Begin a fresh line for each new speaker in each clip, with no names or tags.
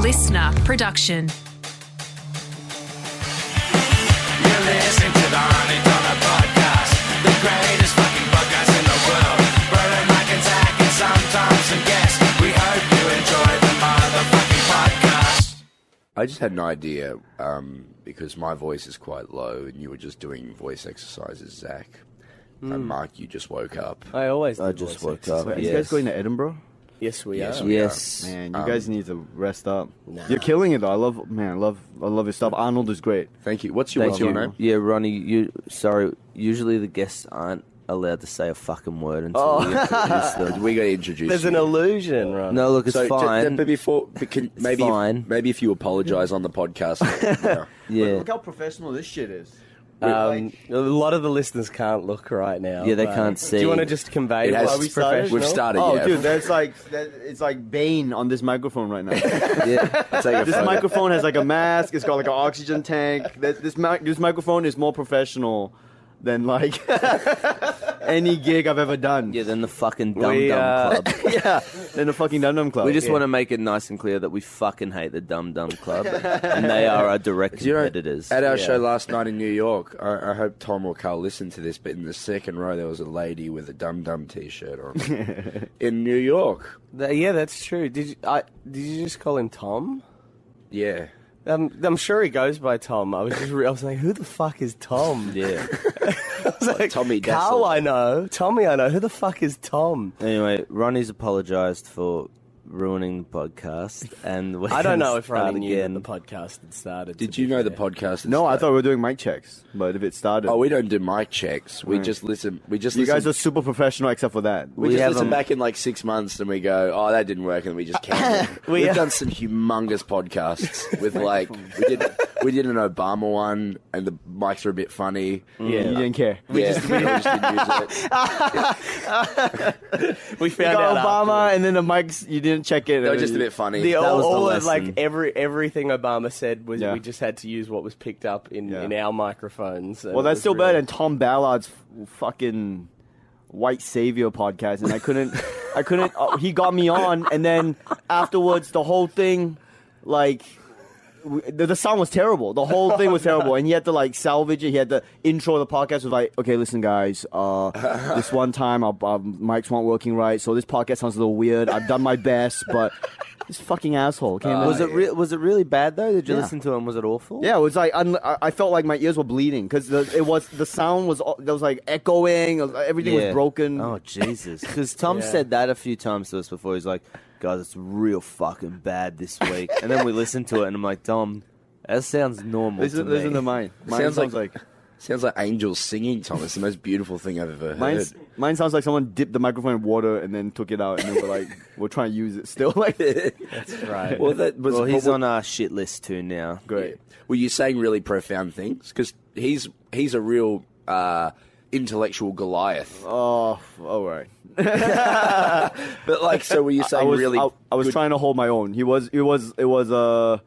listener production.
You listen to the Honey Dollar Podcast, the greatest fucking podcast in the world. Brian McIntyre and Sam Thompson guest. We hope you enjoy the motherfucking podcast.
I just had an idea um, because my voice is quite low, and you were just doing voice exercises, Zach. And Mark, you just woke up.
I always.
I
did
just
voice
woke
exercise.
up. Yes,
Are you guys going to Edinburgh?
Yes, we
Yes,
are.
we are.
yes.
Man, you guys need to rest up.
Nah.
You're killing it though. I love man, I love I love your stuff. Arnold is great.
Thank you. What's your,
Thank
what's
you.
your name?
Yeah, Ronnie. You sorry. Usually the guests aren't allowed to say a fucking word until
Oh.
we introduce them.
We got to introduce
There's
you.
an illusion, Ron.
No, look, it's
so, ju-
fine.
but before, but can, maybe,
fine.
If, maybe if you apologise on the podcast. yeah.
yeah,
how professional this shit is.
Um, a lot of the listeners can't look right now.
Yeah, they
but-
can't
Do
see.
you want to just convey
It
why
has-
we
We've
started?
We've started.
Oh,
yeah.
dude, that's like that, it's like Bane on this microphone right now.
yeah.
I'll take a
this
photo.
microphone has like a mask. It's got like an oxygen tank. This this, mic this microphone is more professional than like any gig I've ever done.
Yeah, then the fucking dumb
We,
dumb
uh,
club.
yeah. Than the fucking Dum Dum Club.
We just want to make it nice and clear that we fucking hate the dumb dumb club, and they are our direct
Do you know,
competitors.
at our
Yeah.
show last night in New York, I, I hope Tom or Carl listened to this, but in the second row there was a lady with a Dum Dum t-shirt on. in New York.
Th- yeah, that's true. Did you, I, did you just call him Tom?
Yeah.
Um, I'm sure he goes by Tom. I was just re- I was like, who the fuck is Tom?
yeah.
I was like,
Tommy
Carl,
Dassler.
I know. Tommy, I know. Who the fuck is Tom?
Anyway, Ronnie's apologized for ruining the podcast, and we're
I don't
gonna
know if
start
Ronnie knew that
again.
the podcast had started.
Did
to
you
be
know the
fair.
podcast?
No, I thought we were doing mic checks, but if it started,
Oh, we don't do mic checks. We just listen. We just
you
listen.
guys are super professional except for that.
we,
We
just
have
listen
a-
back in like six months and we go, oh, that didn't work, and we just cancel. it.
We
We've
are-
done some humongous podcasts with like we did we did an Obama one, and the mics were a bit funny.
yeah, you didn't care.
We just, we just didn't use it.
We
You
found out
got
afterwards.
Obama, and then the mics. You didn't check it.
They were just a bit funny.
The all,
was the
all of
lesson.
like every everything Obama said was
Yeah.
we just had to use what was picked up in,
Yeah.
in our microphones. and
Well,
it
that's
was
still
really-
better than Tom Ballard's f- fucking white savior podcast, and I couldn't. I couldn't. oh, he got me on, and then afterwards, the whole thing, like. w- The, the sound was terrible. The whole thing was terrible, and he had to like salvage it. He had to intro the podcast with like, "Okay, listen, guys, uh, this one time our, our mics weren't working right, so this podcast sounds a little weird. I've done my best, but this fucking asshole
Uh,
came in.
was
Uh,
it re- was it really bad though? Did you
Yeah.
listen to him? Was it awful?
Yeah, it was like un- I I felt like my ears were bleeding because it was the sound was all- there was like echoing. it was- Everything
Yeah.
was broken.
Oh Jesus! Because Tom
Yeah.
said that a few times to us before. He's like, "Guys, it's real fucking bad this week." and then we listened to it, and I'm like, "Tom, that sounds normal."
listen,
to
listen
me.
to mine. Mine
Sounds
sounds,
like-
like,
Sounds like angels singing, Tom. It's the most beautiful thing I've ever heard.
mine. Mine sounds like someone dipped the microphone in water and then took it out and then we're like we're trying to use it still. Like
Right.
well, that was
Well, he's
but-
on our shit list too now.
great.
Were you saying really profound things? Because he's he's a real uh, intellectual Goliath.
Oh, all right.
But like, so were you
I
saying
was
really?
I, I was
good-
trying to hold my own. He was it was it was a,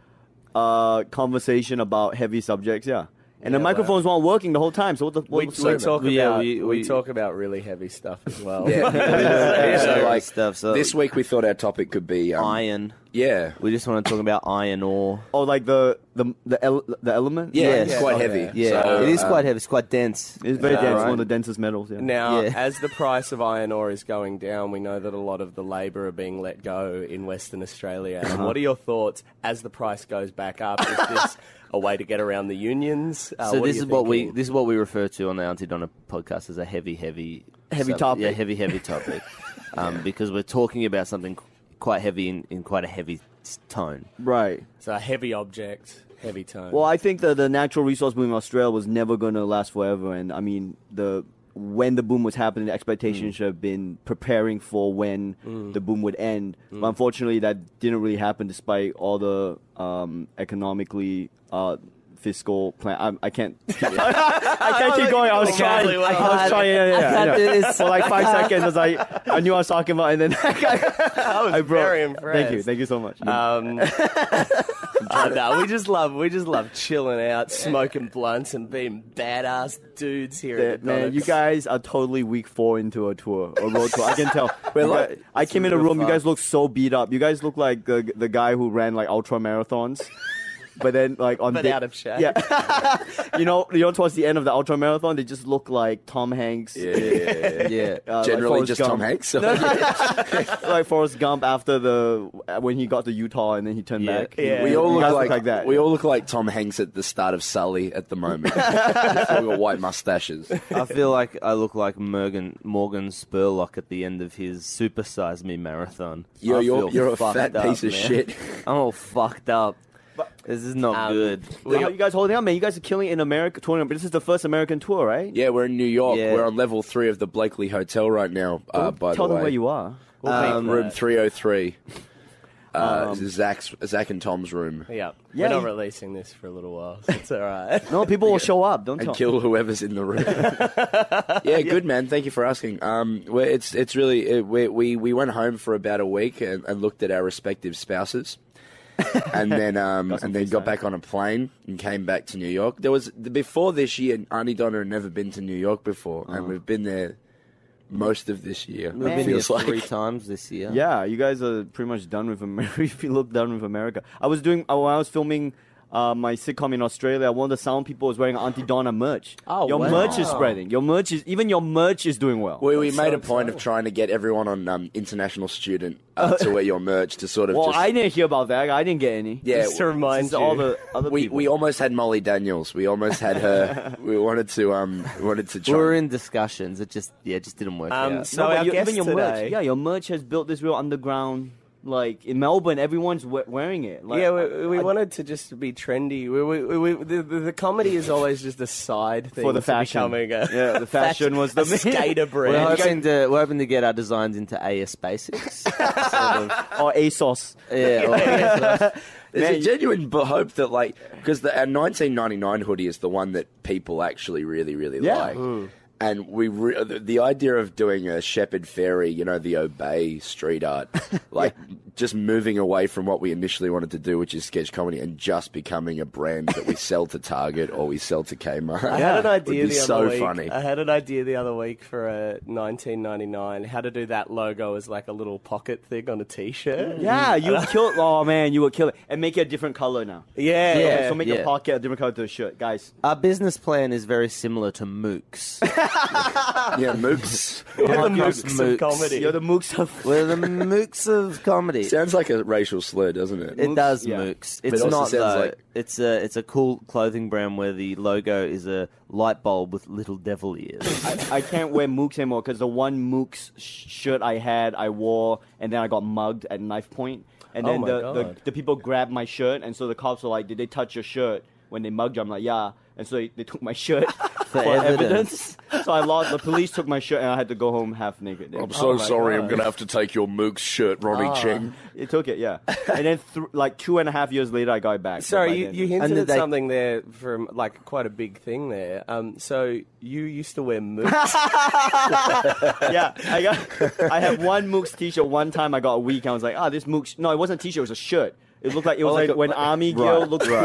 a conversation about heavy subjects. Yeah, and the
Yeah,
microphones weren't working the whole time. So what the
we,
what
we
was the point?
talk about
Yeah,
we,
we- we-
talk about really heavy stuff as well.
Yeah. yeah. So
Yeah.
like
Stuff, so-
this week we thought our topic could be um,
Iron.
Yeah.
We just want to talk about iron ore.
Oh, like the the the, ele- the element.
Yeah,
Yes.
it's quite
Yeah.
heavy.
Yeah,
So,
it is
um,
quite heavy. It's quite dense.
It's very
Yeah.
dense.
Right.
One of the densest metals. Yeah.
Now,
Yeah.
as the price of iron ore is going down, we know that a lot of the labour are being let go in Western Australia. And what are your thoughts as the price goes back up? Is this a way to get around the unions? Uh,
so
what are
this
you
is what we
thinking?
this is what we refer to on the Auntie Donna podcast as a heavy, heavy,
Heavy
sub-
topic.
Yeah, heavy, heavy topic, um, because we're talking about something qu- quite heavy in, in quite a heavy s- tone.
Right.
So a heavy object, heavy tone.
Well, I think that the natural resource boom in Australia was never going to last forever, and I mean the when the boom was happening, the expectations should have been preparing for when the boom would end. But unfortunately, that didn't really happen, despite all the um, economically uh, fiscal plan. I'm, I can't. I can't keep going. I was
Okay.
trying.
Really well.
I was trying. Yeah, yeah,
I can't
yeah.
do this.
For like five seconds, I was like, I knew I was talking about, and then
I was
I broke.
very impressed.
Thank you. Thank you so much.
Um, uh, no, we just love we just love chilling out, smoking blunts, and being badass dudes here.
that,
at the
man,
Donuts.
you guys are totally week four into a tour, a road tour. I can tell. You
look,
guys- I came in a
real
room. You
fun.
guys look so beat up. You guys look like the the guy who ran like ultra marathons, but then like on
But
big-
out of shape.
Yeah, you know, you know, towards the end of the ultra marathon, they just look like Tom Hanks.
Yeah, yeah, yeah.
Yeah.
uh, like
Generally,
Forrest
just
Gump.
Tom Hanks.
like Forrest Gump after the when he got to Utah and then he turned
Yeah.
back.
Yeah.
We all
You
look
guys
like,
look like that.
We all look like Tom Hanks at the start of Sully at the moment. We've got white mustaches.
I feel like I look like Morgan, Morgan Spurlock at the end of his Supersize Me marathon.
You're,
I
you're,
feel
you're a
fucked
fat
up,
piece of
man.
shit.
I'm all fucked up. This is not
Um,
good.
How are you guys holding out, man? You guys are killing it in America touring. But this is the first American tour, right?
Yeah, we're in New York.
Yeah.
We're on level three of the Blakely Hotel right now. Uh, by
Tell
the
them
way,
where you are. Um,
We'll
Um,
think
room
that-
three hundred three. Uh, this is Zach's, Zach and Tom's room,
Yeah,
Yeah,
we're not
you-
releasing this for a little while. So it's all right.
No, people will show up. Don't
and
tell.
kill whoever's in the room. yeah, good man. Thank you for asking. Um, well, it's it's really it, we, we we went home for about a week and, and looked at our respective spouses, and then um and then got back on a plane and came back to New York. There was before this year, Auntie Donna had never been to New York before, and we've been there most of this year.
Uh-huh. We've
it
been here
feels like.
three times this year.
Yeah, you guys are pretty much done with America. If you look done with America, I was doing uh, when I was filming uh, my sitcom in Australia. One of the sound people was wearing Auntie Donna merch.
Oh,
your
wow.
merch is spreading. Your merch is even your merch is doing well.
We, we made a point of trying to get everyone on um, international student uh, to wear your merch to sort of
well,
just
I didn't hear about that. I didn't get any.
yeah.
Just to remind
Since
you,
all the other
we,
people.
we almost had Molly Daniels. We almost had her. we wanted to um we wanted to
We
try.
were in discussions. It just yeah, it just didn't work
Um,
out.
so
No, but
our
your-
guest
even your
today,
merch, yeah, your merch has built this real underground. Like in Melbourne, everyone's we- wearing it. Like,
yeah,
I-
we, we
I-
wanted to just be trendy. We, we, we, we, the, the, the comedy is always just a side thing
for the
to uh,
fashion.
becoming a-
yeah, the fashion was the
a skater
We're
brand.
hoping to we're hoping to get our designs into AS Basics. sort of.
or oh, ASOS.
Yeah, or AS
There's
Man,
a
you-
genuine b- hope that like because the our 1999 hoodie is the one that people actually really really
Yeah.
like. And we re- the, the idea of doing a Shepherd Fairy, you know, the Obey street art, like just moving away from what we initially wanted to do, which is sketch comedy, and just becoming a brand that we sell to Target or we sell to Kmart.
I had an idea
would be
the other
so
week.
funny.
I had an idea the other week for a 1999 how to do that logo as like a little pocket thing on a t-shirt.
Yeah, you killed. Oh man, you were killing. And make it a different color now.
Yeah.
so make
yeah.
your pocket a different color to the shirt, guys.
Our business plan is very similar to Mooks.
yeah, mooks.
We're the
Mooks.
mooks of comedy.
You're the mooks of.
We're the Mooks of comedy.
Sounds like a racial slur, doesn't it?
It does
yeah.
mooks.
it
It's
also
not
sounds
though.
like-
It's a it's a cool clothing brand where the logo is a light bulb with little devil ears.
I, I can't wear mooks anymore because the one mooks sh- shirt I had, I wore, and then I got mugged at knife point. And
Oh
then
my
the, the
God.
the people grabbed my shirt, and so the cops were like, "Did they touch your shirt when they mugged you?" I'm like, "Yeah." And so they, they took my shirt for
evidence.
evidence. So I lost. The police took my shirt, and I had to go home half naked.
I'm so
my
sorry. I'm
God.
going to have to take your Mook's shirt, Ronnie Cheng.
It took it, yeah. And then th- like two and a half years later, I got it back. but by
Sorry, you,
then-
you
And
hinted
did
at
they-
something there from like quite a big thing there. Um, so you used to wear mooks.
yeah, I got. I have one Mooks t-shirt. One time I got a week. I was like, ah, this Mooks. No, it wasn't a t-shirt. It was a shirt. It looked
Oh,
like it was like, when army gear looked cool.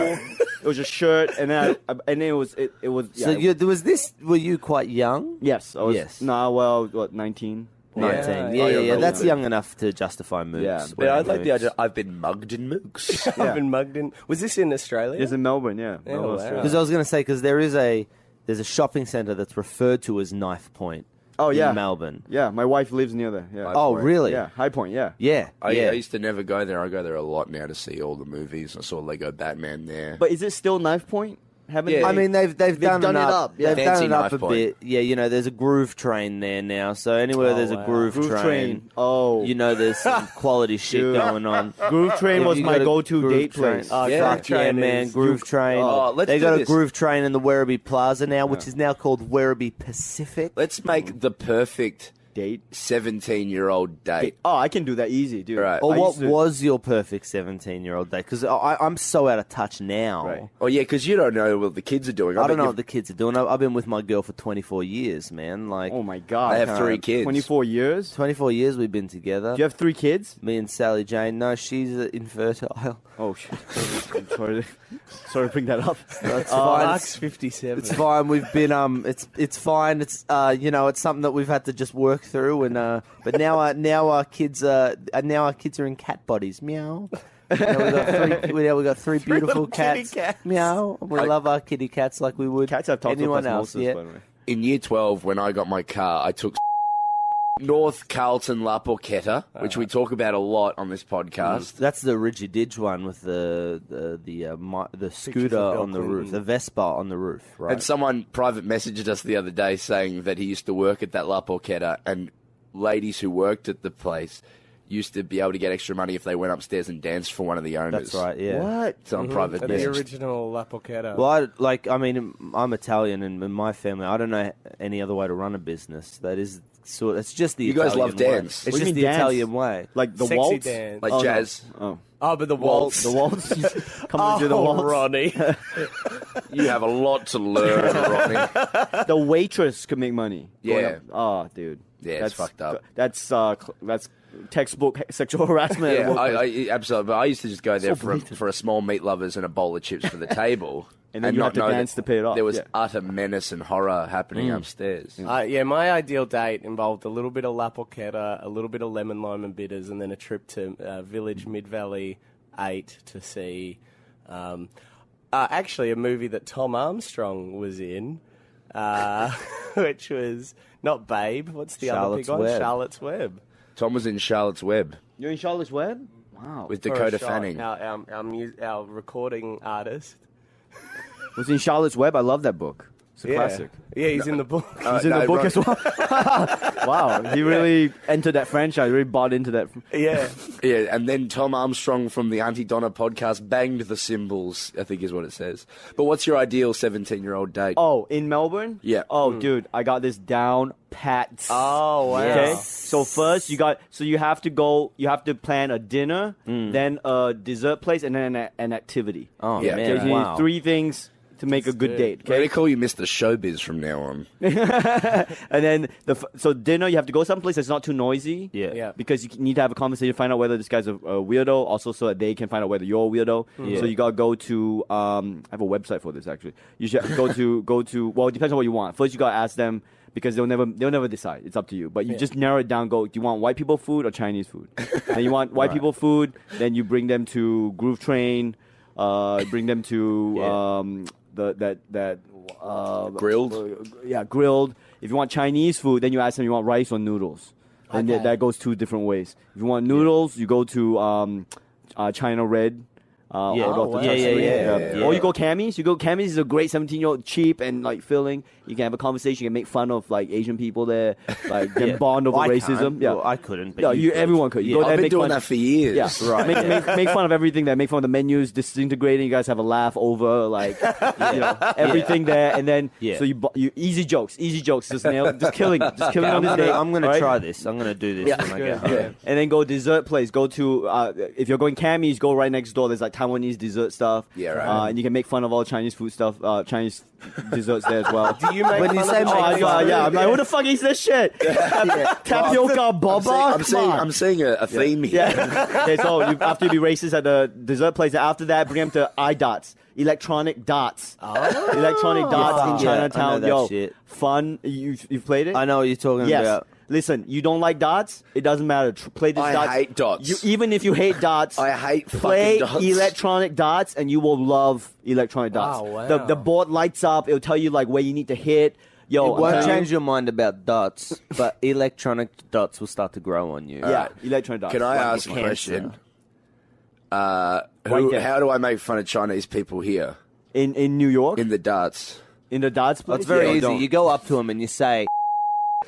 It was a shirt, and then I, and then it was it, it was. Yeah,
so
it-
you, there was this. Were you quite young?
yes, I was.
Yes.
Nah, well, what nineteen?
Nineteen.
Yeah.
Yeah, yeah, yeah.
Oh, yeah,
That's
yeah.
young enough to justify mooks.
Yeah.
wearing
Yeah, I'd like the
mooks.
idea-
I've been mugged in Mook's.
I've been mugged in. Was this in Australia?
It's in Melbourne, yeah. Melbourne,
wow.
Australia.
Because I was going to say, because there is a there's a shopping centre that's referred to as Knife Point.
Oh,
in
yeah.
Melbourne.
Yeah, my wife lives near there. Yeah.
Oh
Point.
really?
Yeah, High Point. Yeah.
Yeah.
I,
yeah.
I used to never go there. I go there a lot now to see all the movies. I saw Lego Batman there.
But is it still Knife Point? Haven't
Yeah.
they-
I mean, they've they've,
They've
done,
done it
enough.
up, yeah.
They've
Fancy
done it up
knife
a
point.
bit. Yeah, you know, there's a groove train there now. So anywhere
Oh,
there's
wow.
a groove,
Groove Train. Oh,
you know, there's some quality shit
Dude.
going on.
Groove Train
If
was
you
my
go to
go-to
Groove
date
Train-
place.
Oh,
yeah,
Groove
fuck yeah,
Train
man,
is-
Groove Train.
Oh, let's
they
do
got a
this.
Groove Train in the Werribee Plaza now, which is now called Werribee Pacific.
Let's make the perfect
date?
seventeen-year-old date.
Oh, I can do that easy, dude.
Right.
Or
I
what
used to-
was your perfect 17 year old day? Because I'm so out of touch now.
Right.
Oh yeah, because you don't know what the kids are doing.
I
bet
don't know
you've-
what the kids are doing. I- I've been with my girl for 24 years, man. Like,
Oh my god!
I have three kids.
Twenty-four years.
24 years we've been together.
Do you have three kids?
Me and Sally Jane. No, she's uh, infertile.
Oh shit! I'm sorry, sorry to bring that up.
That's
Uh,
fine.
Mark's
It's,
57.
it's fine. We've been um. It's it's fine. It's uh. You know, it's something that we've had to just work through. And uh. But now our now our kids uh. uh, Now our kids are in cat bodies. Meow. now we got three. we- Now we got three beautiful
little kitty
cats.
cats.
Meow. And we
I-
love our kitty cats like we would
Cats have toxic
anyone else.
osmosis,
Yeah.
by the way.
in year 12 when I got my car, I took North Carlton La Porchetta, which we talk about a lot on this podcast.
That's the rigid Didge one with the the the uh, mi- the scooter
of Bill
on the roof,
Clinton.
the Vespa on the roof, right?
And someone private messaged us the other day saying that he used to work at that La Porchetta and ladies who worked at the place used to be able to get extra money if they went upstairs and danced for one of the owners.
That's right. Yeah.
What?
It's on
At
private
the
message.
original La Porchetta.
Well, I, like I mean, I'm Italian, and in my family, I don't know any other way to run a business. That is sort. It's just the
You guys
Italian
love
way.
dance.
What
It's
do you
just
mean
the
dance?
Italian way.
Like the
Sexy
waltz?
dance.
like
Oh, no.
jazz.
Oh,
oh, but the waltz.
the waltz comes into the
Oh,
waltz.
Ronnie.
You have a lot to learn, Ronnie.
The waitress could make money. going
Yeah.
Up. Oh, dude.
Yeah, it's fucked up.
That's uh, cl- that's textbook sexual harassment.
Yeah, I, I, absolutely. But I used to just go there for, a,
polluted.
for a small meat lovers and a bowl of chips for the table.
And then you
not
had to
know that
dance to pay it off,
There was
yeah. Mm.
utter menace and horror happening upstairs.
Uh, yeah, my ideal date involved a little bit of La Porchetta, a little bit of lemon lime and bitters, and then a trip to uh, Village Mid Valley 8 to see um, uh, actually a movie that Tom Armstrong was in, uh, which was not Babe. What's the other big
Charlotte's
one?
Web.
Charlotte's Web.
Tom was in Charlotte's Web
You're in Charlotte's Web. Wow.
with
For a
Dakota
shot.
Fanning.
Our, our, our, mu- our recording artist.
was in Charlotte's Web. I love that book. It's a
Yeah.
classic.
Yeah, he's in the book.
He's in
no,
the book
Ron-
as well. wow, he really entered that franchise. Really bought into that.
yeah.
Yeah, and then Tom Armstrong from the Auntie Donna podcast banged the cymbals, I think is what it says. But what's your ideal 17 year old date?
Oh, in Melbourne?
Yeah.
Oh, dude, I got this down pat.
Oh, wow.
Okay. So first you got so you have to go you have to plan a dinner, then a dessert place and then an, an activity.
Oh
Yeah.
man,
Okay, so you need
wow.
three things to make a good
good.
date,
We're
okay?
going to call you Mr. Showbiz from now on.
And then the f- so dinner you have to go someplace that's not too noisy.
Yeah.
Yeah.
Because you need to have a conversation, find out whether this guy's a, a weirdo, also so that they can find out whether you're a weirdo. So you gotta go to um, I have a website for this actually. You should go to go to well, it depends on what you want. First, you gotta ask them because they'll never they'll never decide. It's up to you. But you just narrow it down. Go, do you want white people food or Chinese food? and you want white people food, then you bring them to Groove Train, uh, bring them to
Yeah.
um, the that that. Uh,
Grilled?
yeah, grilled. If you want Chinese food, then you ask them you want rice or noodles, and th-
Okay.
that goes two different ways. If you want noodles, you go to um, uh, China Red. Uh,
Yeah.
or go
Oh,
to
wow.
Tuscany.
Yeah, yeah,
yeah, yeah.
Or you go Cammy's. You go Cammy's is a great seventeen-year-old, cheap and like filling. You can have a conversation. You can make fun of like Asian people there, like them bond over
I
racism.
can't.
Yeah,
Well, I couldn't. But
no,
you
you,
could.
everyone could. You
Yeah.
go there,
I've been
make
doing
fun.
that for years.
Yeah,
Right,
Make,
yeah.
make, make fun of everything there. Make fun of the menus disintegrating. You guys have a laugh over like you know everything there, and then
Yeah.
so you bu- you easy jokes, easy jokes, just nail, just killing, just killing
Okay,
on
I'm
this
gonna,
day.
I'm gonna
alright?
try this. I'm gonna do this
Yeah.
when I get
Good.
home.
Yeah.
and then go dessert place. Go to uh, if you're going Cammy's, go right next door. There's like Taiwanese dessert stuff.
Yeah, right.
Uh, and you can make fun of all Chinese food stuff, uh, Chinese desserts there as well.
Do you make
When
fun
you
of
say
the
make
Oh,
Chinese
fun
yeah,
of-
food?
yeah. I'm like, who the fuck eats this shit? Tapioca,
I'm
boba.
seeing, I'm
Come
seeing,
on.
I'm seeing a, a theme here.
Yeah. okay, so you, after you be racist at the dessert place, after that, bring him to iDots, electronic dots, electronic dots in
Oh. Yeah, I know
Chinatown.
that
Yo,
shit.
fun. You you've played it?
I know what you're talking
Yes.
about.
Listen, you don't like dots. It doesn't matter. Tr- play this
I
dots.
hate dots.
You, even if you hate dots,
I hate
play
fucking dots.
electronic dots, and you will love electronic dots.
Wow,
The
wow.
the board lights up. It'll tell you like where you need to hit. Yo,
It
I'm
won't
telling you-
change your mind about dots, but electronic dots will start to grow on you.
Yeah, electronic dots.
Can I
Like
ask a
cancer.
question? Uh, who,
Right there.
how do I make fun of Chinese people here
in in New York
in the darts?
in the dots?
Well, it's
place?
very
Yeah,
easy.
don't.
You go up to them and you say,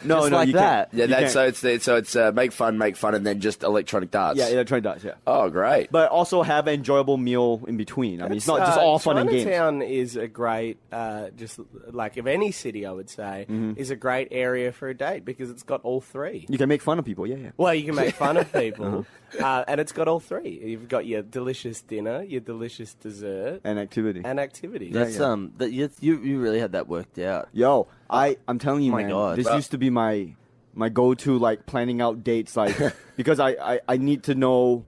No,
Just
no,
like
you can't.
that.
Yeah,
You
that's so
can't.
it's so it's uh, make fun, make fun, and then just electronic darts.
yeah, electronic dots. Yeah,
Oh, great.
but also have an enjoyable meal in between. I mean, it's not just
Uh,
all fun and games.
Chinatown is a great, uh, just like of any city, I would say,
Mm-hmm.
is a great area for a date because it's got all three.
You can make fun of people. Yeah, yeah.
Well, you can make fun
Uh-huh.
of people, uh, and it's got all three. You've got your delicious dinner, your delicious dessert,
And activity.
and activity.
That's
yeah.
um, that you, you you really had that worked out.
Yo, I I'm telling you,
Oh my
man,
God.
this
Well-
used to be my my go-to like planning out dates, like because I, I I need to know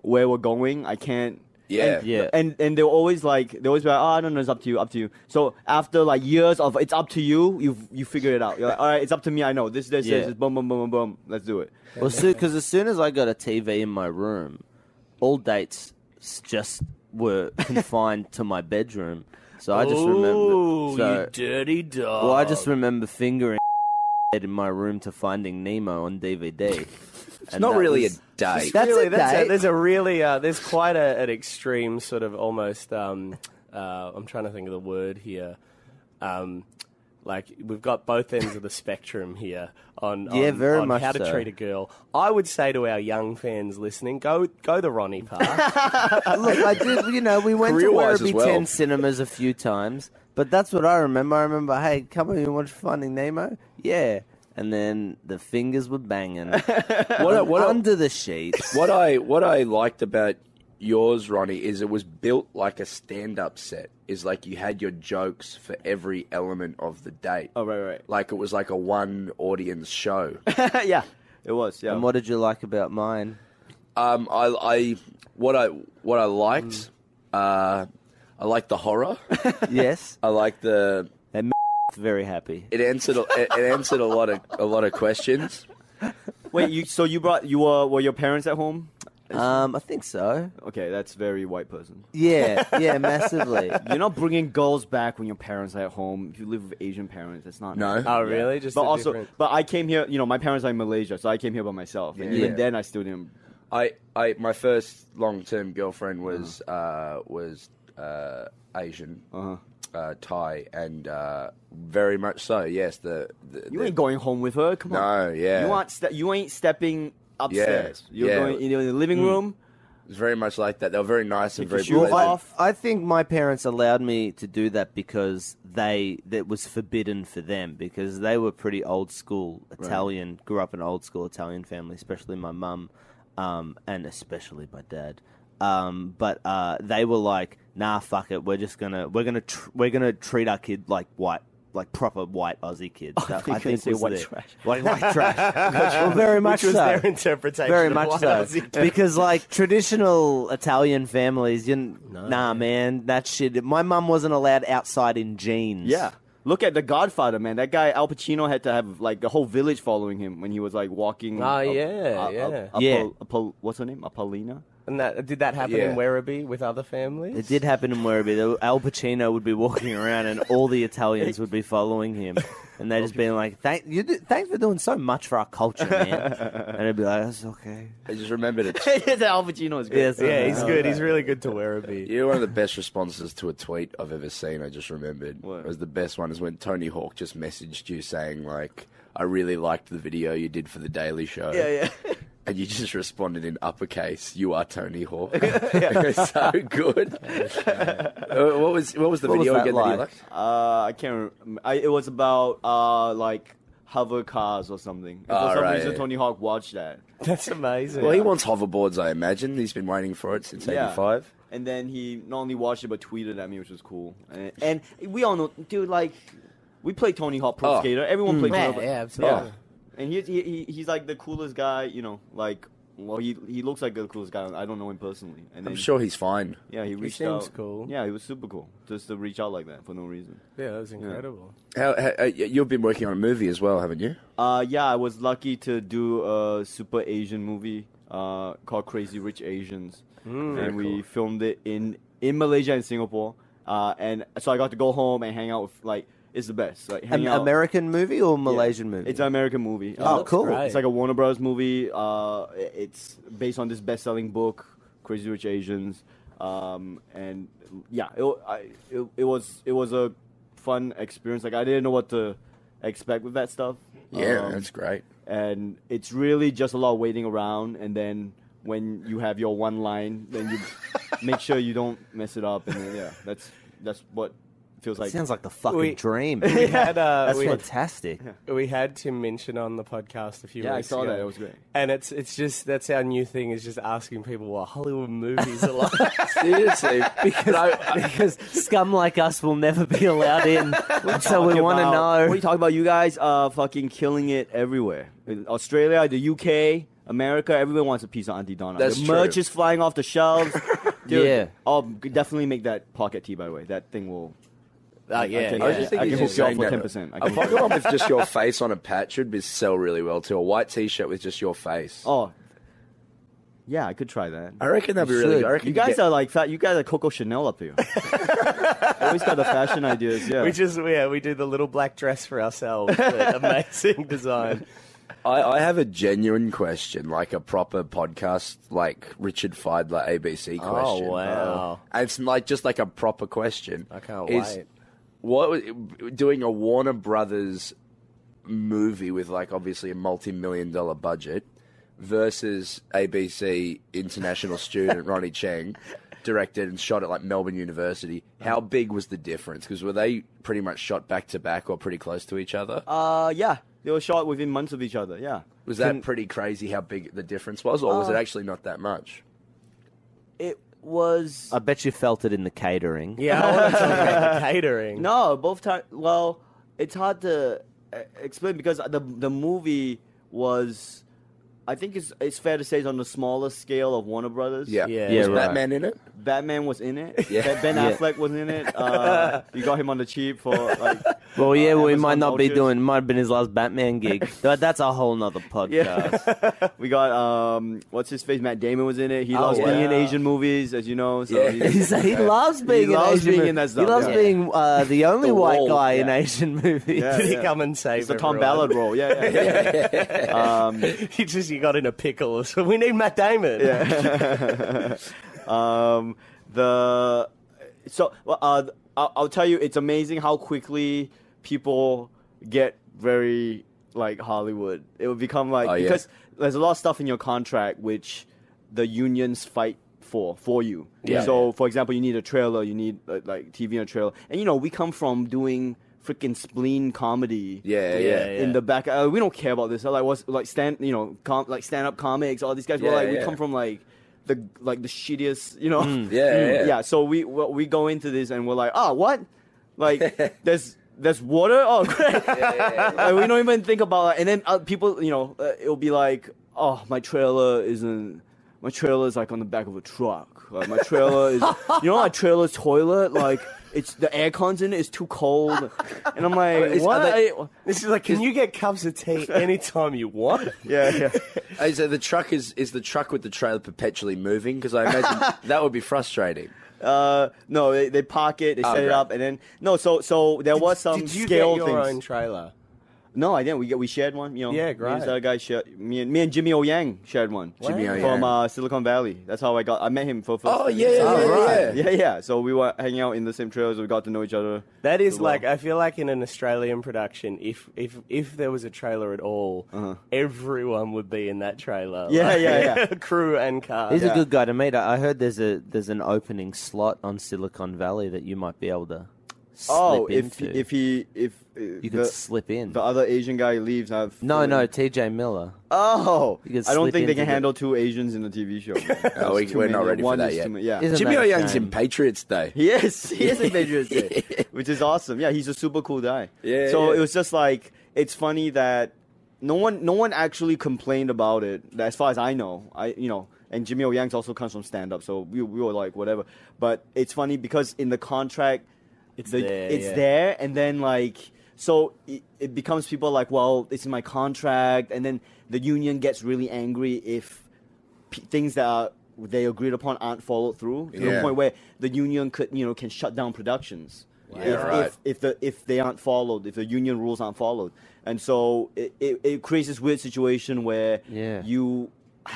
where we're going. I can't.
Yeah.
and,
Yeah.
and and they're always like they always be like, oh no no it's up to you up to you. So after like years of it's up to you, you have you figure it out. You're like all right, it's up to me. I know this this
Yeah.
this, this boom boom boom boom boom. Let's do it.
Well, because as soon as I got a TV in my room, all dates s- just were confined to my bedroom. So I just
Oh,
remember. So,
dirty dog.
well, I just remember fingering in my room to Finding Nemo on DVD.
it's not really a date.
That's
really,
a
that's
date.
A, there's a really, uh, there's quite a, an extreme sort of almost. Um, uh, I'm trying to think of the word here. Um, like we've got both ends of the spectrum here on,
Yeah,
on,
very
on
much
how to
so.
treat a girl. I would say to our young fans listening, go go the Ronnie path.
Look, I did. You know, we went to
Career-wise
Werribee
as well.
Ten cinemas a few times, but that's what I remember. I remember, hey, come over and watch Finding Nemo. Yeah, and then the fingers were banging
what, I, what, I,
under the sheets.
what I what I liked about yours, Ronnie, is it was built like a stand-up set. Is like you had your jokes for every element of the date.
Oh right right.
Like it was like a one audience show.
yeah, it was. Yeah,
And what did you like about mine?
Um, I, I what I what I liked, uh, I liked the horror.
Yes,
I liked the
very happy.
it answered a- it, it answered a lot of a lot of questions.
wait. You so you brought you were were your parents at home?
Um, I think so.
Okay, that's very white person.
Yeah, yeah, massively.
You're not bringing girls back when your parents are at home. If you live with Asian parents, that's not
No.
oh, really? Just
but
a
also,
different-
but I came here. You know, my parents are in Malaysia, so I came here by myself. And
Yeah.
even then, I still didn't.
I, I my first long term girlfriend was uh, was uh, Asian,
Uh-huh.
uh Thai, and uh, very much so. Yes, the, the,
You
the-
ain't going home with her. Come on.
No, yeah.
You aren't. Ste- you ain't stepping upstairs.
Yeah,
You're
yeah. Mm.
going in the living room.
it was very much like that. They were very nice and
Take your
very
shoes
pleasant.
off.
I think my parents allowed me to do that because they that was forbidden for them because they were pretty old school Italian. Grew up in an old school Italian family, especially my mum, um, and especially my dad. Um, but uh, they were like, "Nah, fuck it. We're just gonna we're gonna tr- we're gonna treat our kid like white." Like proper white Aussie kids. That-
you're
I
gonna
think
say
was
white
the-
trash.
Like white trash. well, very much
which was
so
their interpretation.
very
of
much
what
so
Aussie did.
because like traditional italian families you nah man that shit my mum wasn't allowed outside in jeans
Yeah. Look at The Godfather, man. That guy Al Pacino had to have like the whole village following him when he was like walking.
Ah,
up-
yeah,
up-
yeah.
up- up-
Yeah.
up- what's her name? Apollina.
and that did that happen
Yeah.
in Werribee with other families?
it did happen in Werribee. There- Al Pacino would be walking around, and all the Italians would be following him, and they'd just be like, "Thank you, do, thanks for doing so much for our culture, man." And it'd be like, "That's okay."
I just remembered it.
yeah, Al Pacino is good.
Yes,
Yeah, he's good.
Oh,
He's really good to Werribee.
You're one of the best responses to a tweet I've ever seen. I just remembered.
What?
It was the best one is when Tony Hawk just messaged you saying like, "I really liked the video you did for the Daily Show."
Yeah, yeah.
And you just responded in uppercase, "You are Tony Hawk." It's so good. Uh, what was what was the
What was
video
that
again that you
like?
liked?
Uh, I can't. Remember. I, it was about uh like hover cars or something. And
Ah,
for some
right.
reason, Tony Hawk watched that.
That's amazing.
Well, he wants hoverboards, I imagine. He's been waiting for it since
Yeah.
'85.
And then he not only watched it but tweeted at me, which was cool. And, and we all know, dude. Like, we play Tony Hawk Pro
Oh.
Skater. Everyone played.
Yeah,
Tony Hawk.
yeah, absolutely.
And he's he, he, he's like the coolest guy. You know, like well, he he looks like the coolest guy. I don't know him personally. And then,
I'm sure he's fine.
Yeah, he reached
seems
out.
cool.
Yeah, he was super cool. Just to reach out like that for no reason.
Yeah, that was incredible.
How, how, uh, you've been working on a movie as well, haven't you?
Uh, yeah, I was lucky to do a super Asian movie uh, called Crazy Rich Asians, and we filmed it in in Malaysia and Singapore. Uh, and so I got to go home and hang out with like it's the best. Like hang
An
out.
American movie or
Yeah.
Malaysian movie?
It's an American movie. Uh,
Oh, cool.
great.
It's like a Warner Bros. movie. Uh, i- it's based on this best-selling book, Crazy Rich Asians. Um, and yeah, it, wa- I, it, it was it was a fun experience. Like I didn't know what to expect with that stuff,
Yeah,
Um,
that's great.
and it's really just a lot of waiting around and then when you have your one line then you make sure you don't mess it up and then, yeah that's that's what feels like
Sounds like the fucking
We-
dream.
We had uh,
That's
we,
fantastic.
we had Tim Minchin on the podcast a few
yeah i
weeks
saw
ago.
that it was great
And it's it's just that's our new thing is just asking people what Hollywood movies are like.
Seriously, because
because scum like us will never be allowed in, so we want to
About- What are
know.
you talking about? You guys are fucking killing it everywhere. In Australia, the UK, America, everyone wants a piece of Auntie Donna.
That's
the
true.
merch is flying off the shelves. Dude,
Yeah.
I'll definitely make that pocket tea, by the way. That thing will.
Uh,
I
yeah,
can-
I was just
I
thinking,
can
just
hook you up
saying
for
that
10%. I
A
can-
pocket one with just your face on a patch would be sell really well too. A white T-shirt with just your face.
Oh, yeah, I could try that.
I reckon that'd be really
should.
good. I reckon
You guys
get-
are like fat. You guys are Coco Chanel up here. always got the fashion ideas. Yeah.
We just yeah we do the little black dress for ourselves. but amazing design.
I, I have a genuine question, like a proper podcast, like Richard Feidler ABC question.
Oh wow!
And it's like just like a proper question.
I can't wait.
What was- doing a Warner Brothers movie with like obviously a multi-million dollar budget versus ABC international student Ronnie Chang directed and shot at like Melbourne University. How big was the difference? Because were they pretty much shot back to back or pretty close to each other?
uh, yeah, they were shot within months of each other. Yeah.
Was that pretty crazy how big the difference was, or
Oh.
was it actually not that much?
It was.
I bet you felt it in the catering.
Yeah, I want to talk about the catering.
No, both times. Well, it's hard to uh, explain because the the movie was, I think it's it's fair to say it's on the smaller scale of Warner Brothers.
Yeah,
Yeah,
was
right.
Batman in it?
Batman was in it.
Yeah.
Ben- Ben
Yeah.
Affleck was in it. Uh, you got him on the cheap for like.
Well, yeah, we
Amazon
might not be
vouchers.
doing. Might have been his last Batman gig. But that's a whole nother podcast.
we got um, what's his face? Matt Damon was in it. He loves
wow.
being in Asian movies, as you know. So
Yeah.
Oh, he's-
He's, he loves being. in
loves
Asian
being
mo-
in that
He
stuff,
loves
yeah.
being uh, the only white
wall,
guy in
yeah.
Asian movies.
Yeah.
Did he come and save
it's the Tom
everyone?
Ballard role. Yeah, yeah. Um,
he just he got in a pickle or something. We need Matt Damon.
um, the so well, uh, I'll, I'll tell you, it's amazing how quickly people get very like Hollywood. It would become like
Oh, yeah.
because there's a lot of stuff in your contract which the unions fight for for you.
Yeah.
So for example, you need a trailer, you need uh, like TV and a trailer, and you know we come from doing freaking spleen comedy
Yeah, yeah.
Yeah, yeah.
in the back. Uh, we don't care about this. Like was like stand, you know, com- like stand up comics. All these guys were
Yeah,
like we
yeah. Mm,
come from like the like the shittiest, you know. Mm,
yeah, yeah.
So we well, we go into this and we're like, ah, what? Like there's there's water. Oh, great. Like, we don't even think about. it. And then uh, people, you know, uh, it'll be like, oh, my trailer isn't. My trailer is like on the back of a truck. Like my trailer is, you know, my trailer's toilet. Like it's the aircon's in it is too cold, and I'm like,
Is-
what?
are they-
I-
This is like, can you get cups of tea anytime you want?
yeah, yeah.
Hey, so the truck is is the truck with the trailer perpetually moving? Because I imagine that would be frustrating.
Uh, no, they, they park it, they set it
Oh, Okay.
up, and then no. So so there was some
Did you
scale
get your
things.
own trailer?
No, I didn't. We get we shared one. You know,
Yeah,
Me and
great.
this other guy shared. Me and me and Jimmy O Yang shared one.
Jimmy O.
from
Yang.
uh, Silicon Valley. That's how I got. I met him for first.
Oh, yeah, yeah,
time.
yeah, Oh, yeah.
yeah, yeah. So we were hanging out in the same trailers. We got to know each other.
That is
Well-
like I feel like in an Australian production, if if if there was a trailer at all, everyone would be in that trailer.
Uh-huh. Yeah,
Like,
yeah, yeah.
crew and cast.
He's a good guy to meet. I I heard there's a there's an opening slot on Silicon Valley that you might be able to. Slip
Oh, if
into.
if he if uh,
you could
the,
slip in.
the other Asian guy leaves, I've
No, no, T.J. Miller.
Oh,
You could
I don't
slip
think they
into
can
the-
handle two Asians in a TV show.
Oh, we-
That's too
we're not
many.
ready for
One
that
is
yet.
too many. Yeah,
Isn't
Jimmy
that a
O'Young's in
shame?
Patriots Day.
He is. He is a Patriots Day, which is awesome. Yeah, he's a super cool guy.
Yeah,
So
yeah.
it was just like it's funny that no one, no one actually complained about it. As far as I know, I you know, and Jimmy O Yang's also comes from stand up, so we, we were like whatever. But it's funny because in the contract, it's
there,
It's
yeah.
there, and then like so it, it becomes people like, well, it's in my contract, and then the union gets really angry if p- things that are, they agreed upon aren't followed through to the
Yeah.
point where the union could you know can shut down productions
Yeah,
if,
right.
if, if the if they aren't followed if the union rules aren't followed and so it, it, it creates this weird situation where
Yeah.
you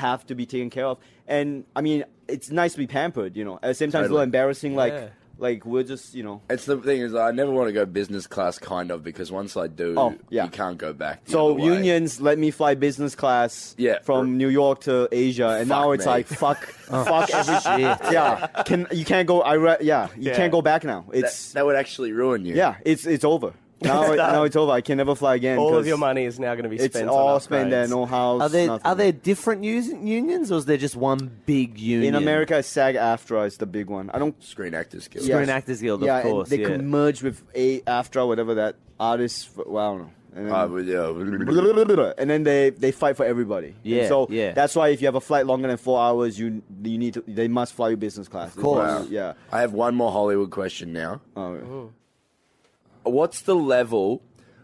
have to be taken care of and I mean it's nice to be pampered you know at the same time it's a little
Totally.
embarrassing like
Yeah.
Like we're just, you know.
It's the thing is I never want to go business class, kind of, because once I do,
Oh, yeah.
you can't go back. the
So
other way.
unions let me fly business class
Yeah.
from New York to Asia, and
Fuck
now it's
me.
like fuck, fuck every Yeah, can you can't go? I re- yeah, you
Yeah.
can't go back now. It's
that, that would actually ruin you.
yeah, it's it's over. Now, it- now it's over. I can never fly again.
All of
'cause
your money is now going to be
It's
spent.
all
on
spent there.
upgrades.
No house.
Are there
nothing.
are there different us- unions or is there just one big union?
in America? SAG-AFTRA is the big one. I don't
Screen Actors Guild.
Screen
Yes.
Actors Guild,
yeah,
of
and
course.
They
yeah.
could merge with a after whatever that artist. Well, I don't know. And then,
I would, yeah.
and then they they fight for everybody. And
Yeah,
so
yeah.
that's why if you have a flight longer than four hours, you you need to they must fly you business class. Of
course.
Wow.
Yeah.
I have one more Hollywood question now.
Oh,
What's the level?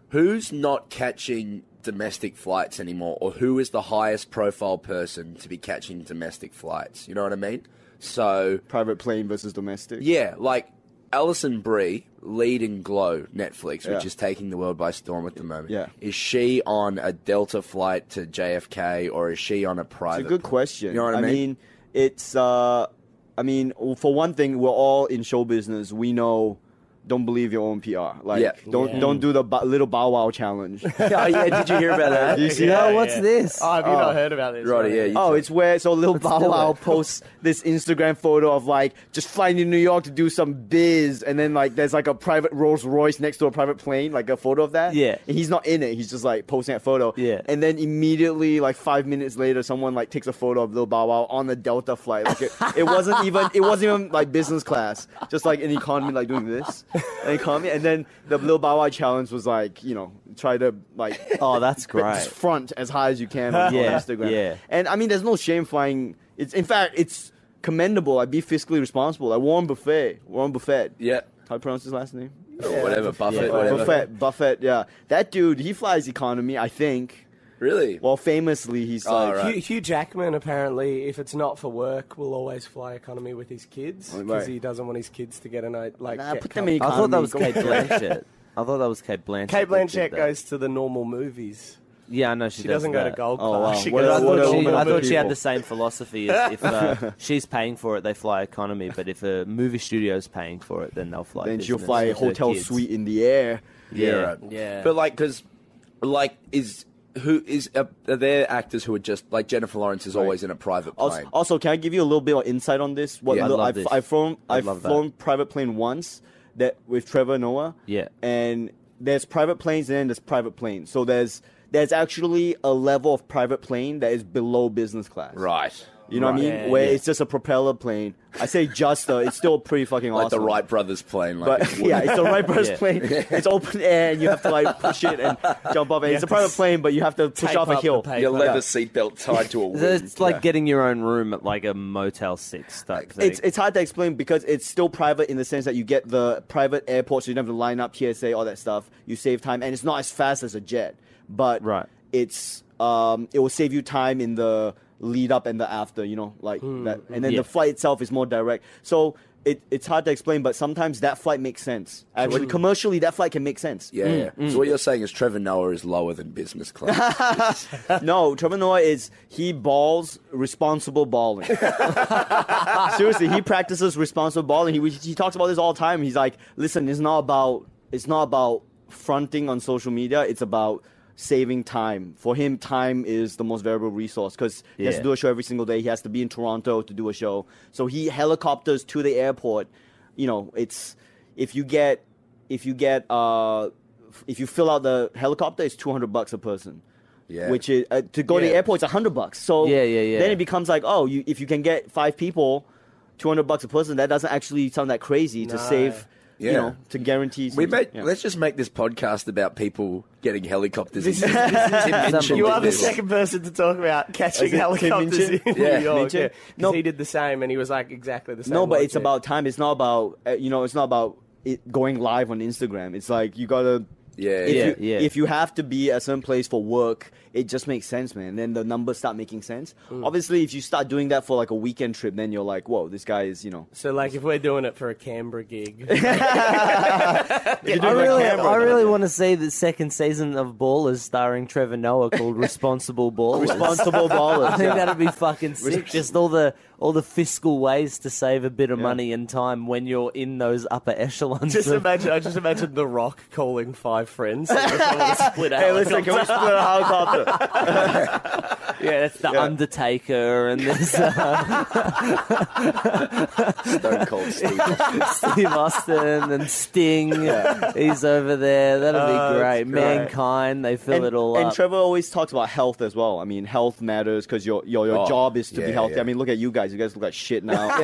Who's not catching domestic flights anymore, or who is the highest profile person to be catching domestic flights? You know what I mean? So
private plane versus domestic.
yeah, like Alison Brie, lead in Glow Netflix, which
Yeah.
is taking the world by storm at the moment.
Yeah.
is she on a Delta flight to JFK, or is she on a private?
It's a good question.
You know what I mean?
it's uh, I mean, for one thing, we're all in show business. We know. Don't believe your own PR. Like,
Yeah.
don't
Yeah.
don't do the bo- little bow wow challenge.
oh yeah, did you hear about that?
You see
Yeah,
that?
Oh, what's
yeah.
this?
Oh, have you
Oh.
not heard about this?
Right, yeah, you
Oh, it's where so Lil Bow
do
Wow
it.
posts this Instagram photo of like just flying to New York to do some biz, and then like there's like a private Rolls Royce next to a private plane, like a photo of that.
Yeah.
and he's not in it. He's just like posting that photo.
Yeah.
and then immediately like five minutes later, someone like takes a photo of Lil Bow Wow on the Delta flight. Like it, it wasn't even it wasn't even like business class, just like an economy like doing this, an economy, and then the Lil Bow Wow challenge was like you know try to like
Oh, that's
just
great.
front as high as you can on,
Yeah,
on Instagram.
yeah.
And I mean, there's no shame flying. It's in fact, it's commendable. I'd be fiscally responsible. Like Warren Buffett. Warren Buffett.
Yeah,
How do you pronounce his last name?
or whatever, Buffett,
Yeah.
whatever.
Buffett. Buffett. Yeah, that dude. He flies economy. I think.
Really?
Well, famously, he's
Oh,
like.
right.
Hugh, Hugh Jackman apparently, if it's not for work, will always fly economy with his kids because
right.
he doesn't want his kids to get an i- like.
Nah,
get
put them
covered.
in
I thought that was
Economy.
Kate Blanchett. I thought that was Kate Blanchett.
Kate
that did
Blanchett
that.
goes to the normal movies.
Yeah, I know she,
She doesn't
does
go to
that.
gold
Oh,
class.
wow.
She
What
goes
a-
But I
to
what a
thought, she,
woman
I
of
thought she had
people.
the same philosophy. As if uh, she's paying for it, they fly economy. But if a movie studio's paying for it, then they'll fly.
Then she'll
business
fly a
with her
hotel
kids.
suite in the air.
Yeah,
Yeah.
But like, because like is who is uh, are there actors who are just like Jennifer Lawrence is always in a private
Also,
plane.
also, can I give you a little bit of insight on this? What
Yeah. I'd
little-
love
I've,
this.
I've flown,
I'd
I've
love that.
flown private plane once that with Trevor Noah.
Yeah.
and there's private planes and then there's private planes. So there's there's actually a level of private plane that is below business class.
right.
You know what I mean?
Right. Yeah,
Where
yeah.
it's just a propeller plane. I say just though, it's still pretty fucking
Like
awesome.
the Wright brothers plane. Like
But yeah, it's a right burst
Yeah.
plane. It's open air, and you have to like push it and jump up. And it's a
have to
private plane, but you have to push
tape
off a
up the
hill.
paper.
your leather
Yeah.
seatbelt tied to a
So
wing.
It's like getting your own room at like a Motel Six type thing.
It's it's hard to explain because it's still private in the sense that you get the private airport, so you don't have to line up TSA, all that stuff. You save time, and it's not as fast as a jet, but
Right.
it's um, it will save you time in the lead up and the after, you know, like that. And then
Hmm. Yeah.
the flight itself is more direct, so. It, it's hard to explain, but sometimes that flight makes sense. Actually, commercially, that flight can make sense.
yeah. yeah. So what you're saying is Trevor Noah is lower than business class.
No, Trevor Noah is he balls responsible balling. Seriously, he practices responsible balling. He he talks about this all the time. He's like, listen, it's not about it's not about fronting on social media. It's about saving time. For him, time is the most valuable resource because he has to
Yeah.
do a show every single day. He has to be in Toronto to do a show. So he helicopters to the airport. You know, it's if you get if you get uh if you fill out the helicopter, it's two hundred bucks a person.
Yeah.
Which is uh, to go to
Yeah.
the airport it's hundred bucks. So
Yeah, yeah, yeah.
Then it becomes like, oh, you, if you can get five people, two hundred bucks a person, that doesn't actually sound that crazy to
No.
save. You
Yeah.
know, to guarantee.
we
some-
made,
yeah.
Let's just make this podcast about people getting helicopters.
This
and-
is- this is-
Tim mentioned
You are the
this.
second person to talk about catching
Is it Tim
helicopters in
Minchin?
New
Yeah,
York.
Minchin.
Yeah. 'Cause
No.
he did the same, and he was like exactly the same.
No, but it's
logic.
about time. It's not about uh, you know. It's not about it going live on Instagram. It's like you gotta
Yeah,
if
yeah.
you,
yeah.
if you have to be at some place for work, it just makes sense, man. Then the numbers start making sense. Obviously, if you start doing that for like a weekend trip, then you're like, whoa, this guy is, you know.
So, like, if we're doing it for a Canberra gig,
I really, I really want to see the second season of Ballers starring Trevor Noah called Responsible Ballers.
Responsible ballers.
I think
yeah.
that'd be fucking sick. Just all the all the fiscal ways to save a bit of money and time when you're in those upper echelons.
just
of-
imagine, I just imagine The Rock calling five friends. and if they wanna split out.
can we split a helicopter?
yeah, that's the Undertaker and there's uh,
Stone Cold Steve.
Steve Austin and Sting. He's over there. That'd
Oh,
be
that's
great.
great.
Mankind, they fill
and,
it all
and
up.
Trevor always talks about health as well. I mean, health matters because your your, your
Oh,
job is to be
yeah,
healthy.
yeah.
I mean, look at you guys. You guys look like shit now.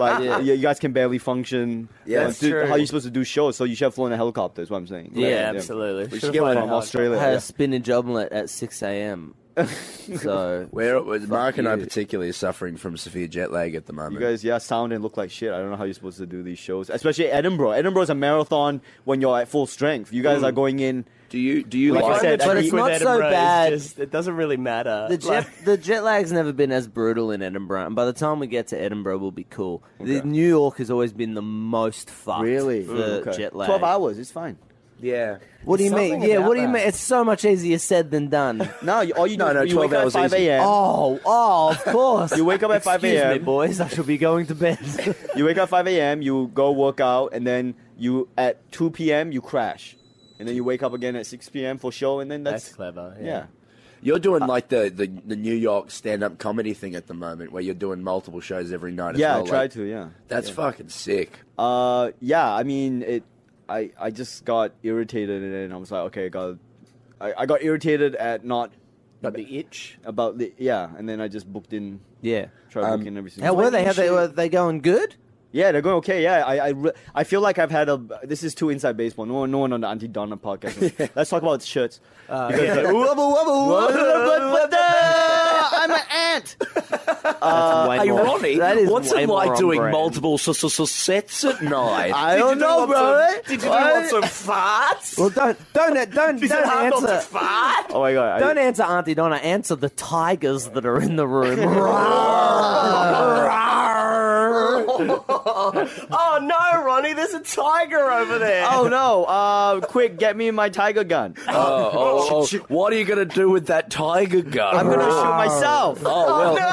Like, yeah, you guys can barely function.
Yeah,
Like,
that's
dude,
true.
How are you supposed to do shows? So you should have flown a helicopter. Is what I'm saying.
yeah,
Like,
absolutely.
We should
Should've
get
played
one
it
on
From
hard.
I
Australia.
had
yeah.
a spinach omelette at six a.m. so
Where Mark and I
you.
particularly are suffering from severe jet lag at the moment.
You guys, yeah, sound and look like shit. I don't know how you're supposed to do these shows, especially Edinburgh. Edinburgh's a marathon when you're at full strength. You
Mm.
guys are going in.
do you do you
Like
like
I said,
it?
The
but
trick
it's
with
not so
Edinburgh is
bad.
just- it doesn't really matter.
The jet, the jet lag's never been as brutal in Edinburgh, and by the time we get to Edinburgh, we'll be cool. The New York has always been the most fucked. for
Mm, Okay.
jet lag.
Twelve hours, it's fine.
Yeah.
What do you mean?
Something
Yeah,
about
what do you
that.
mean? It's so much easier said than done.
No, you- all you do
No,
is
no,
you
12
wake up at
hours
five
easy.
a.m.
oh, oh, of course.
You wake up at 5
Excuse me,
a.m..
boys. I shall be going to bed.
You wake up five a.m. You go work out, and then you at two p.m. you crash, and then you wake up again at six p.m. for show, and then
That's
that's,
clever. Yeah.
yeah.
You're doing like the, the, the New York stand up comedy thing at the moment where you're doing multiple shows every night as
Yeah,
well.
I tried
like,
to. Yeah.
That's fucking sick.
Uh, yeah. I mean, it. I I just got irritated, and then I was like, okay, I got. I, I got irritated at not
Got the itch.
about the yeah, and then I just booked in.
yeah.
Tried
Um,
booking every single.
How were they? How they were they going good?
Yeah, they're going okay. Yeah, I, I, re- I feel like I've had a. This is too inside baseball. No one, no one on the Auntie Donna podcast. Let's talk about shirts. Because- Uh, I'm an ant.
Ironic.
That is
What's
way
it like
more on
doing
brand.
multiple s- s- s- sets at night?
I don't know, bro. eh?
Did you do lots
What?
of farts?
Well, don't don't don't don't answer.
fart?
Oh my god! I-
Don't answer Auntie Donna. Answer the tigers that are in the room.
Oh no, Ronnie, there's a tiger over there.
oh no! Uh, quick, get me my tiger gun.
Oh, oh, oh. What are you going to do with that tiger gun?
I'm gonna shoot myself, so
Oh, well,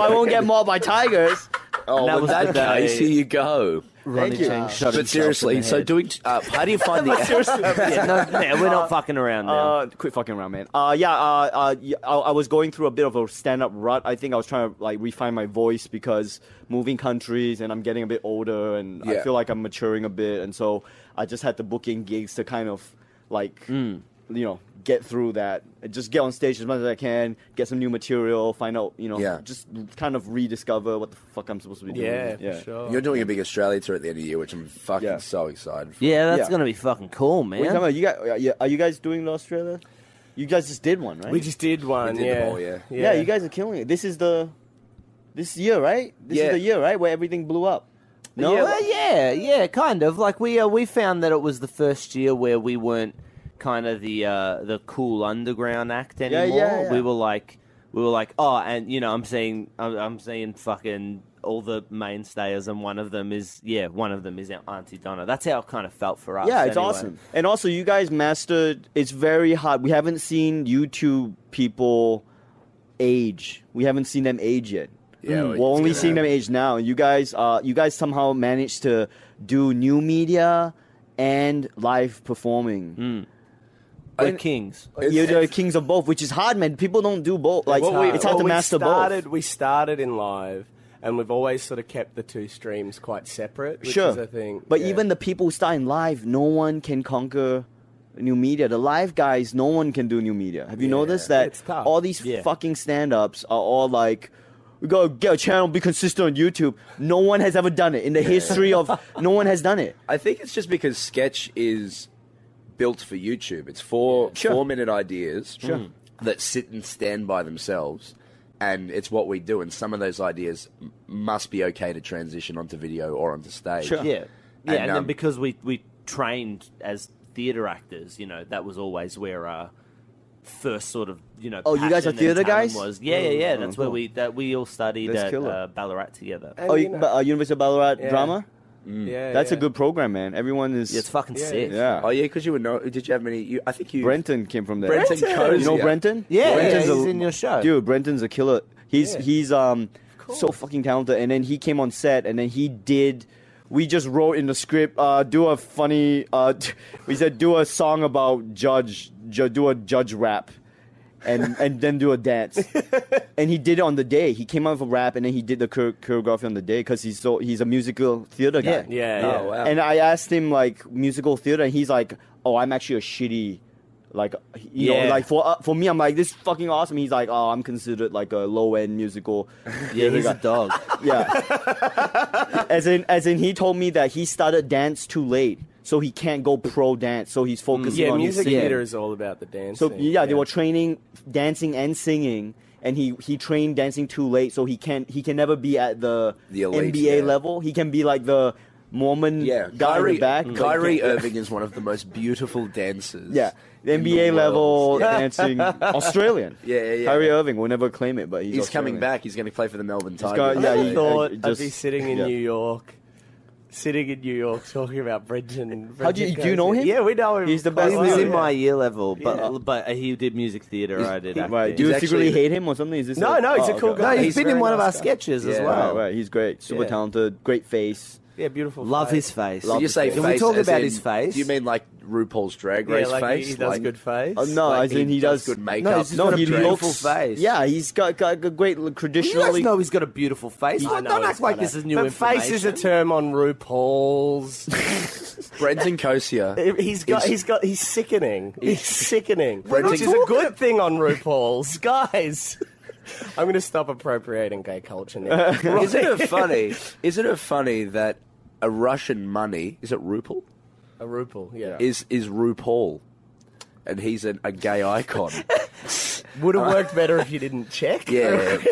I won't get mauled by tigers.
oh,
That
well, in
was the
that
day.
case, here you go.
Ronnie
you.
Chang shot
But seriously, so doing. t- Uh, how do you find the.
yeah, no, no, we're not fucking around now.
Uh, quit fucking around, man. Uh, yeah, uh, uh, y- I, I was going through a bit of a stand-up rut. I think I was trying to like refine my voice because moving countries and I'm getting a bit older and I
Yeah.
feel like I'm maturing a bit, and so I just had to book in gigs to kind of like
Mm.
you know get through that. And Just get on stage as much as I can, get some new material, find out you know
Yeah.
just kind of rediscover what the fuck I'm supposed to be doing.
Yeah, for sure.
You're doing a big Australia tour at the end of the year, which I'm fucking
Yeah.
so excited for.
yeah, that's
yeah.
gonna be fucking cool, man.
What are you, talking about? you guys, are you- are you guys doing the Australia? You guys just did one, right?
We just did one.
did the
yeah.
whole year.
Yeah. you guys are killing it. This is the this year, right? This
Yeah.
is the year, right, where everything blew up. No,
yeah, Oh, well, yeah, yeah, kind of. Like we uh, we found that it was the first year where we weren't kind of the uh, the cool underground act
yeah,
anymore.
yeah.
We were like we were like, oh, and you know, I'm seeing I'm, I'm seeing fucking all the mainstayers, and one of them is yeah, one of them is our Auntie Donna. That's how it kind of felt for us.
yeah, it's
anyway.
awesome. And also, you guys mastered. It's very hard. We haven't seen YouTube people age. We haven't seen them age yet.
Yeah, well,
we're
it's
only
gonna
seeing them age now. And you guys, uh, you guys somehow managed to do new media and live performing.
We're kings.
You're the kings of both, which is hard, man. People don't do both. Like
Well, we-
it's hard
well,
to
we
master
started,
both.
We started in live, and we've always sort of kept the two streams quite separate. Which
sure.
is a thing.
But
yeah.
even the people who start in live, no one can conquer new media. The live guys, no one can do new media. Have you noticed that
It's tough.
all these
Yeah.
fucking stand ups are all like we gotta get a channel, be consistent on YouTube. No one has ever done it in the history of. No one has done it.
I think it's just because sketch is built for YouTube. It's four
Sure.
four minute ideas
Hmm.
that sit and stand by themselves, and it's what we do. And some of those ideas m- must be okay to transition onto video or onto stage.
Sure.
Yeah, yeah, and,
And,
then
um,
because we we trained as
theater actors. You know, that was always where
uh,
our first sort of you know.
Oh, you guys are
passion and
theater
talent
guys?
Was yeah, yeah, yeah. That's where
cool.
we that we all studied
That's
at
killer.
uh, Ballarat together.
And,
Oh,
you
you,
know,
uh, University of Ballarat
Yeah.
drama.
yeah,
That's
yeah.
a good program, man. Everyone is.
Yeah, it's fucking
Yeah,
sick.
yeah.
Oh yeah, because you were no. Did you have many? You, I think you.
Brenton came from there.
Brenton Brenton! Cozy,
You know
yeah.
Brenton?
Yeah,
Brenton's
he's
a-
in your show.
Dude, Brenton's a killer. He's
Yeah.
he's um so fucking talented. And then he came on set, and then he did. We just wrote in the script, uh, do a funny. Uh, we said do a song about judge, ju- do a judge rap, and and then do a dance. and he did it on the day. He came out with a rap, and then he did the chore- choreography on the day because he's so he's a musical theater guy.
Yeah, yeah.
Oh wow.
And I asked him like musical theater, and he's like, "Oh, I'm actually a shitty, like, you
Yeah.
know, like for uh, for me, I'm like this is fucking awesome." He's like, "Oh, I'm considered like a low end musical."
Yeah, he's a dog.
yeah. as in, as in, he told me that he started dance too late, so he can't go pro dance, so he's focusing
Yeah,
on his
music
singing.
theater is all about the dancing.
So yeah, they were training dancing and singing, and he he trained dancing too late, so he can't he can never be at the,
The elite,
NBA
yeah.
level. He can be like the Mormon
yeah,
guy in
Kyrie,
the back. but he
Kyrie
can't-
Irving is one of the most beautiful dancers.
yeah, the
in the
NBA level
world. Yeah.
dancing Australian.
Yeah, yeah, yeah.
Kyrie Irving will never claim it, but he's,
He's coming
Australian.
back. He's going to play for the Melbourne Tigers.
got-
I
yeah,
never
he-
thought
I-
I'd
just-
be sitting in
yeah.
New York, sitting in New York talking about Brenton.
How do you-
Brenton
do you know
Cozy.
him?
Yeah, we know him.
He's the
quite
best
He
well,
was in
yeah.
my year level, but uh,
Yeah.
But he did music theater. I did. acting.
Right? Do you
He's
secretly
actually-
hate him or something? Is this
No,
like-
no, he's
oh,
a cool
okay.
guy.
no,
He's
he's been
very
in one of
nice
our
guy.
sketches as
Yeah.
well.
Right, right. He's great, super
Yeah.
talented, great face.
Yeah, beautiful.
Love
face.
his face.
When you say
Can
face,
we talk
as
about
in-
his face?
Do you mean like RuPaul's Drag
Yeah,
Race
like
face?
He, he does
Like-
good face.
Uh, no,
Like,
as in
he
he,
does
does,
good makeup.
No, he's just
No,
got a
he
beautiful
looks- face.
Yeah, he's got, got a great look,
You guys
traditionally.
know Oh, he's got a beautiful face.
I
Don't
know
act
he's
like
got a-
this is new
but
information.
face is a term on RuPaul's.
Brenton Kosia.
he's got, he's got, he's sickening. He's sickening,
Brendan-
which is a good thing on RuPaul's, guys. I'm going to stop appropriating gay culture now.
Isn't it funny? Isn't it funny that a Russian money is it Rupel?
a RuPaul, yeah.
Is is RuPaul, and he's an, a gay icon.
Would have worked better if you didn't check.
Yeah.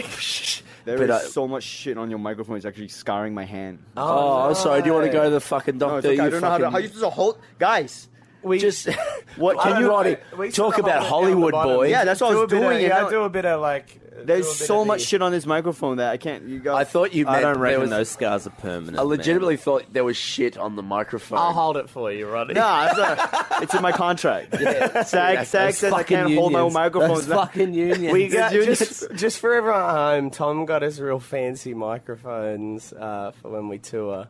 There is
But I-
so much shit on your microphone. It's actually scarring my hand.
oh, I'm sorry. Do you want to go to the fucking
No,
doctor?
Oh, it's okay.
You
I don't know how to.
fucking-
How you supposed to hold, guys?
we
just
What
I
can
don't
you?
know.
Roddy,
We used to
talk
hold
about
it down
Hollywood
the bottom.
boys.
Yeah, that's what I was
do a bit
doing.
Of, yeah,
and-
do a bit of like. do
There's
a bit
so
of
much
the-
shit on this microphone that I can't. You guys,
I thought you. Meant
I don't
there
reckon
was-
those scars are permanent.
I legitimately thought there was shit on the microphone.
Uh-huh.
I'll hold it for you, Roddy.
Nah, it's, a, it's in my contract. Sag, Sag
Those
says I
fucking
can't hold my own
unions.
microphone.
Those fucking unions.
We got
you-
just, just for everyone at home. Tom got us real fancy microphones uh, for when we tour,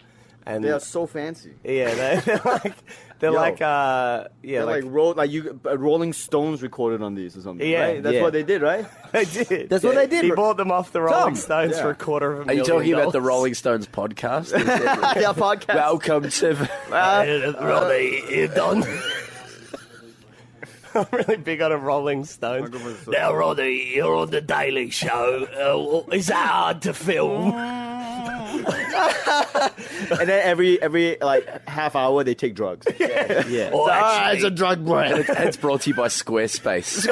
and
They are so fancy.
yeah, they- they're like they're
Yo.
like uh, yeah,
They're like,
like,
roll, like you, uh, Rolling Stones recorded on these or something.
Yeah,
right? that's
yeah.
what they did, right?
they did.
That's what they did.
He bought them off the Rolling
Tom.
Stones
Yeah.
for a quarter of a
Are you
million.
talking about the
dollars.
Rolling Stones podcast?
yeah, podcast.
Welcome to.
Roddy, you done? I'm really big on a Rolling Stones.
Microphone's so-
Now, Roddy, you're on the Daily Show. Uh, is that hard to film?
and then every every like half hour they take drugs.
yeah.
Or
Ah,
actually-
it's a drug brand.
It's brought to you by Squarespace.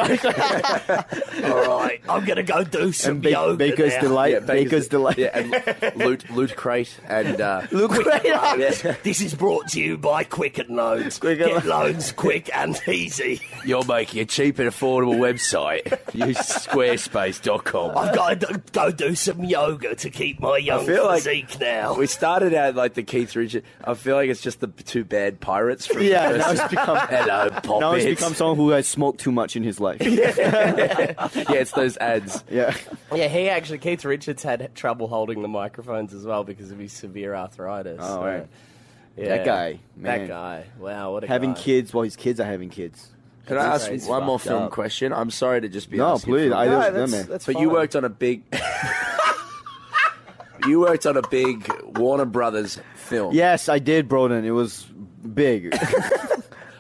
all right, I'm gonna go do some
And ba- Baker's delight.
Yeah,
Baker's, delight.
Yeah, and loot, loot crate, and uh,
Look right up.
This is brought to you by Quicken Loans.
Quicken Get
loans quick and easy.
you're making a cheap and affordable website. Use squarespace.com.
got to go do some yoga to keep my young
feel like- physique
now.
We started out like the Keith Richard. I feel like it's just the two bad pirates from
Yeah,
the
now
first-
it's become
Hello, pop
now it's
it.
become someone who has smoked too much in his life. Yeah,
yeah, it's those ads.
Yeah, he actually, Keith Richards had trouble holding the microphones as well because of his severe arthritis.
Oh,
so,
right.
yeah.
that guy, man,
That guy. Wow, what a
having
guy.
kids while his kids are having kids.
Can I ask
It's
one more
fucked
film
up.
question? I'm sorry to just be
No,
asking
please,
for-
I
No,
just
that's,
no, man.
that's
But
fine.
you worked on a big. you worked on a big Warner Brothers film.
Yes, I did, Broden. It was big.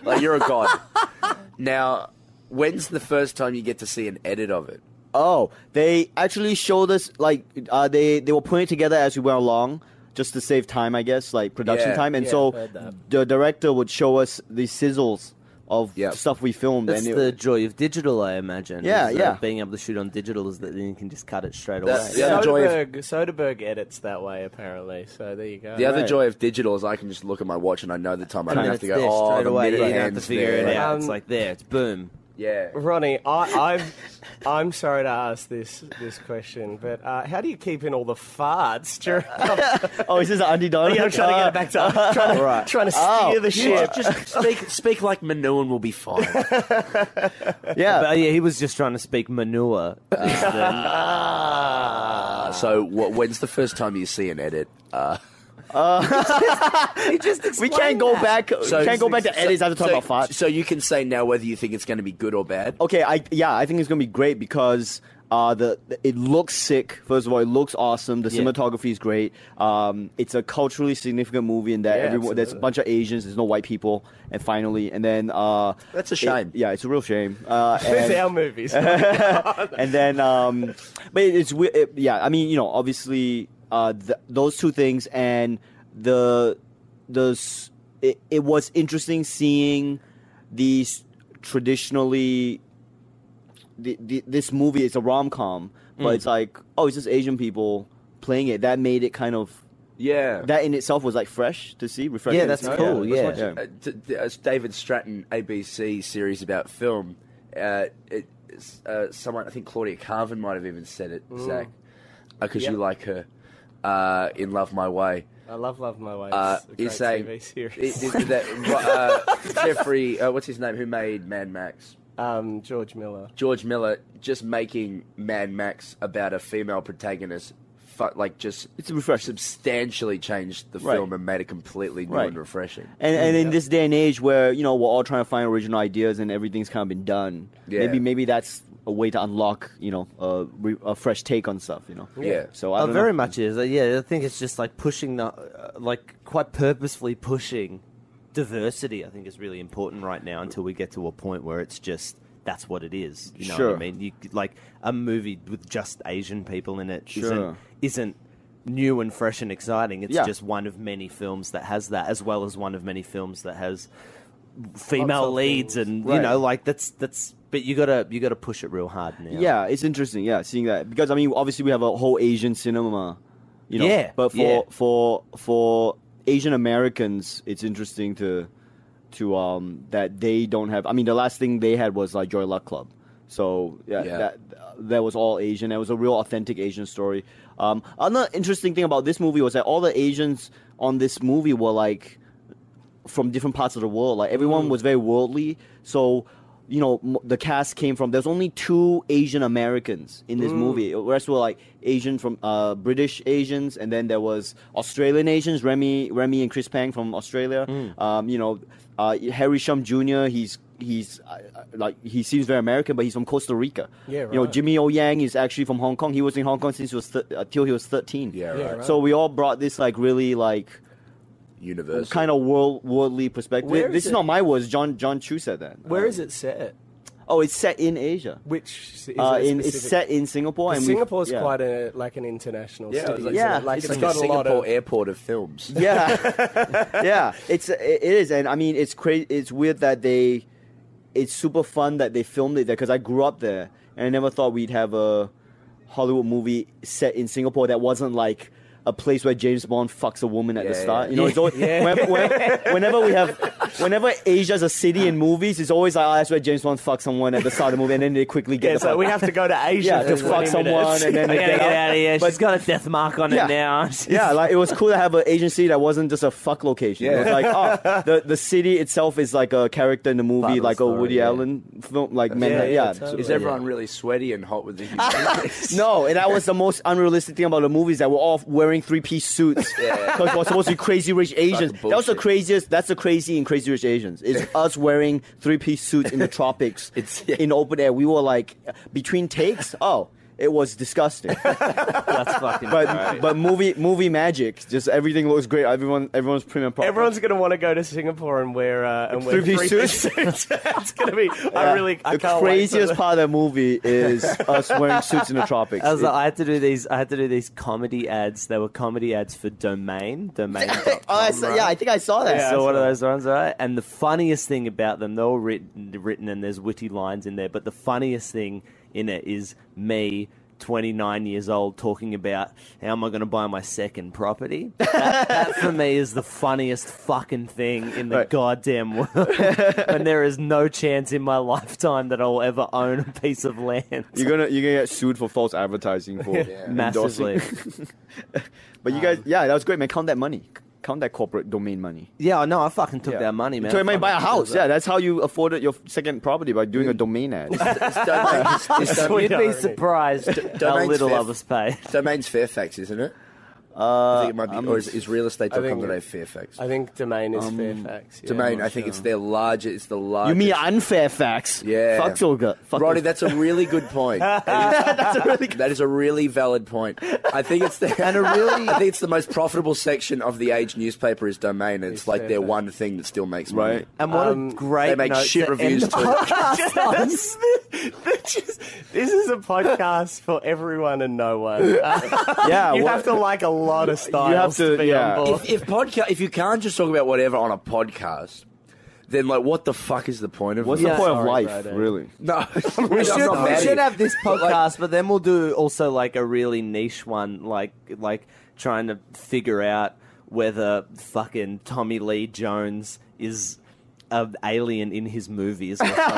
Like you're a god. now, when's the first time you get to see an edit of it?
oh, they actually showed us like uh, they they were putting it together as we went along, just to save time, I guess, like production
Yeah.
time. And
Yeah,
so
I've heard that.
the director would show us the sizzles of
Yeah.
stuff we filmed.
That's
and it-
the joy of digital, I imagine.
Yeah,
is, uh,
yeah.
being able to shoot on digital is that then you can just cut it straight away.
That's- The other joy of-
Soderbergh, Soderbergh edits that way apparently. So there you go.
The other
Right.
joy of digital is I can just look at my watch and I know the time. I
And
don't
then
have
it's
to go.
there
Oh,
straight
the
away. You
minute
don't have to
hand's
figure
there."
it out. it's
Um,
like there. It's boom.
Yeah.
Ronnie, I, I've, I'm sorry to ask this this question, but uh, how do you keep in all the farts during?
oh, is this Andy Donald?
Yeah, I'm trying to get it back to I'm trying to,
Right.
trying to
Oh,
steer the ship.
Just speak, speak like Manu and we'll be fine.
yeah.
But yeah, he was just trying to speak manure.
Uh, So wh- when's the first time you see an edit? Uh,
we can't go back.
so-
can't go back to edits after talking
so,
about farts.
So you can say now whether you think it's going to be good or bad.
Okay, I yeah, I think it's gonna be great because uh, the the- it looks sick. First of all, it looks awesome. The
Yeah.
cinematography is great. Um, it's a culturally significant movie in that
Yeah,
everyone there's a
absolutely.
bunch of Asians. There's no white people, and finally, and then uh,
That's a
it-
shame.
yeah, it's a real shame. Uh,
It's
and-
our movies.
and then um but it- it's we- it, yeah i mean you know obviously uh th- those two things and the the s- it, it was interesting seeing these traditionally the, the, this movie is a rom-com
Mm.
but it's like oh it's just asian people playing it that made it kind of
Yeah.
that in itself was like fresh to see refreshing
Yeah,
to
that's
see.
cool,
let's
yeah.
watch it.
uh, d- d- uh, David Stratton ABC series about film. Uh, it, it's, uh, someone, I think Claudia Carvin might have even said it, Zach, because you
Mm. Yep.
like her uh, in Love My Way.
I love Love My Way. It's
Uh,
a great
is saying
TV series.
it- it- that uh, Jeffrey, uh, what's his name, who made Mad Max?
um, George Miller.
George Miller just making Mad Max about a female protagonist, fu- like just
it's refreshing
substantially changed the
Right.
film and made it completely new
Right.
and refreshing.
And, and in this day and age where you know we're all trying to find original ideas and everything's kind of been done,
Yeah.
maybe maybe that's a way to unlock you know a, re- a fresh take on stuff. You know,
Yeah.
So I
oh,
don't
very
know.
much is. Uh, yeah, I think it's just like pushing the, uh, like quite purposefully pushing diversity. I think is really important right now until we get to a point where it's just that's what it is. You know
Sure.
what I mean? You, like a movie with just Asian people in it
Sure.
not isn't new and fresh and exciting. It's
Yeah.
just one of many films that has that, as well as one of many films that has female
of
leads
things.
and you
Right.
know like that's that's. But you gotta you gotta push it real hard now.
Yeah, it's interesting. Yeah, seeing that because I mean obviously we have a whole Asian cinema, you know.
Yeah,
But for
yeah.
for for Asian Americans, it's interesting to to um that they don't have. I mean the last thing they had was like Joy Luck Club. So yeah,
Yeah.
that that was all Asian. That was a real authentic Asian story. Um, another interesting thing about this movie was that all the Asians on this movie were like from different parts of the world. Like everyone
Mm.
was very worldly. So, you know, m- the cast came from. There's only two Asian Americans in
Mm.
this movie. The rest were like Asian from uh, British Asians, and then there was Australian Asians. Remy, Remy, and Chris Pang from Australia.
Mm.
Um, you know, uh, Harry Shum Jr. He's he's uh, uh, like he seems very American, but he's from Costa Rica.
Yeah,
You know,
right.
Jimmy O Yang is actually from Hong Kong. He was in Hong Kong since he was th- until he was 13.
Yeah, right.
Yeah, right.
So we all brought this like really like
Universal.
kind of world worldly perspective.
Where
this
is
is
it?
not my words. John John Chu said that.
Where
Um,
is it set?
Oh, it's set in Asia.
Which is
Uh,
it a
in, it's
specific-
set in Singapore.
Well,
and we-
Singapore's
yeah.
quite a like an international
Yeah,
city.
it's like-
isn't it?
Yeah,
like
it's,
it's
like
got
a
a lot
Singapore
of
airport of films.
yeah, yeah. It's it it is, and I mean, it's crazy. It's weird that they. It's super fun that they filmed it there because I grew up there, and I never thought we'd have a Hollywood movie set in Singapore that wasn't like a place where James Bond fucks a woman at the
Yeah,
start.
yeah.
You know, it's always whenever, whenever, whenever we have, whenever Asia's a city in movies, it's always like, oh, that's where James Bond fucks someone at the start of the movie, and then they quickly get.
yeah,
the
so
fuck-
we have to go to Asia
yeah,
for
to fuck
20 minutes.
someone and then they
gotta
get out.
outta here.
But-
She's got a death mark on
Yeah.
it now.
Yeah, like it was cool to have an Asian city that wasn't just a fuck location. It was
Yeah.
like oh, the the city itself is like a character in the movie,
Part of the
like a
story,
Woody
yeah.
Allen film, like man.
yeah,
Yeah,
totally.
Is everyone really sweaty and hot with the
no, and that was the most unrealistic thing about the movies that we're all wearing three piece suits
Yeah.
because we're supposed to be crazy rich Asians. That was the
bullshit.
craziest. That's the crazy and crazy rich Asians. It's us wearing three piece suits in the tropics
It's- yeah.
in open air. We were like between takes. Oh. It was disgusting.
That's fucking
but
great.
but movie movie magic, just everything looks great. Everyone everyone's premium. proper.
Everyone's going to want to go to Singapore and wear uh, and wear
Three-piece
three piece suits. it's going to be. I really. I
the
can't
craziest
wait for
part of the movie is us wearing suits in the tropics.
I was
It-
like, I had to do these. I had to do these comedy ads. They were comedy ads for domain, domain.
oh, I saw, yeah, I think I saw that.
Yeah.
so
I
one
saw
of those ones, right? And the funniest thing about them, they all written, written, and there's witty lines in there. But the funniest thing in it is me, 29 years old, talking about how am I going to buy my second property. That, that for me is the funniest fucking thing in the
Right.
goddamn world. and there is no chance in my lifetime that I'll ever own a piece of land.
You're gonna you're gonna get sued for false advertising for endorsing.
Massively.
but you guys, yeah, that was great, man. Count that money. Count that corporate domain money.
Yeah, I know. I fucking took
Yeah.
that money, man.
So you might
Fucking
buy a house.
deserve
Yeah, that's how you afforded your second property by doing a domain ad.
It's Domain- it's
it.
Domain-
You'd be
irony.
surprised how
domain's
little I
fifth.
was paid.
Domain's Fairfax, isn't it? I
Uh,
think it might be,
I'm-
or is, is realestate.com.au
it-
Fairfax?
the- I think Domain is
Um,
Fairfax. Yeah.
Domain, I think it's their larger, it's the largest.
you mean unfair facts?
Yeah.
Fuck Olga. Fuck
Roddy,
Olga.
that's a really good point. that's a really that is a really valid point. I think it's the and a really I think it's the most profitable section of the Age newspaper is Domain. It's,
It's
like their
Fairfax.
one thing that still makes money.
right.
And what
Um,
a great
They make
note
shit
to end
reviews
the
too.
podcast on.
This is- this is a podcast for everyone and no one. Uh,
Yeah,
you
what-
have to like a lot of styles
to-
be
yeah.
on board.
If, if podcast, if you can't just talk about whatever on a podcast, then like what the fuck is the point of
What's
it?
the point
sorry,
of life,
Friday.
really?
No,
We
I'm
should,
not
we
mad at
should
you.
have this podcast, but then we'll do also like a really niche one, like like trying to figure out whether fucking Tommy Lee Jones is an alien in his movies or something.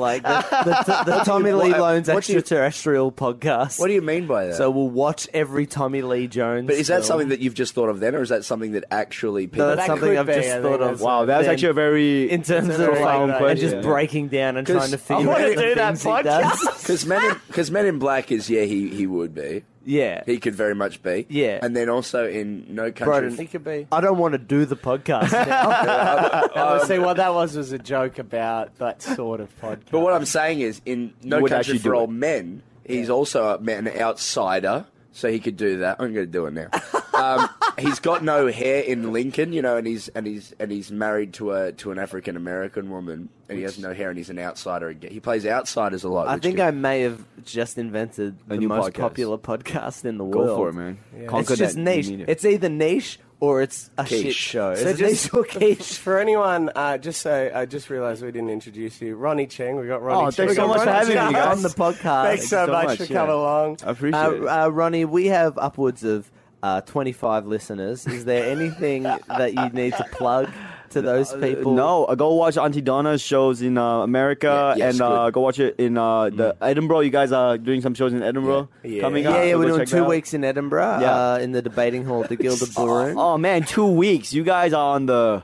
like the, the, the, Tommy Lee
what-
Jones
what do you-
extraterrestrial podcast.
What do you mean by that?
so we'll watch every Tommy Lee Jones.
but is that
film.
something that you've just thought of then, or is that something that actually people?
No, that's
That
something
could
I've
be,
just
I think
thought of.
that's-
Wow, that's
then
actually a very
in terms
It's
of
a
like,
profound
and just
question.
breaking down and
'Cause
trying to
I
figure
wanna
out
do
the
that
things he does.
Because men, because Men in Black is yeah, he he would be,
Yeah,
he could very much be,
Yeah.
and then also in No Country.
Broden.
It could be.
I don't want to do the podcast. now.
Um,
Oh, see, what that was was a joke about that sort of podcast.
But what I'm saying is, in No
would
Country
actually
for
do
Old
it.
Men, he's also a man, an outsider, so he could do that. I'm going to do it now. Um, he's got no hair in Lincoln, you know, and he's and he's and he's married to a to an African American woman, and he has no hair, and he's an outsider. again. He plays outsiders a lot.
I
which
think
can-
I may have just invented the
new
most
podcast.
popular podcast in the
Go
world.
for it, man. Conquer
It's just
that
niche.
medium.
It's either niche or it's a shit
Quiche.
show.
So
it's
just-
niche or quiche.
For anyone, uh, just so I just realised we didn't introduce you, Ronnie Cheng. We got Ronnie.
Oh,
Cheng.
thanks so much for having me, guys.
on the podcast.
Thanks so,
Thank you so
much,
much,
for
yeah.
coming along.
I appreciate it.
Uh, uh, Ronnie, we have upwards of uh, 25 listeners. Is there anything that you need to plug to those people?
No, uh, go watch Auntie Donna's shows in uh, America
Yeah, yes,
and uh, go watch it in uh, the Edinburgh. You guys are doing some shows in Edinburgh
Yeah.
coming up.
Mm. Yeah, yeah,
so
we're
go
doing
check it
two
out.
weeks in Edinburgh
Yeah.
uh, in the debating hall at the Guild of Ballroom.
Oh man, two weeks. You guys are on the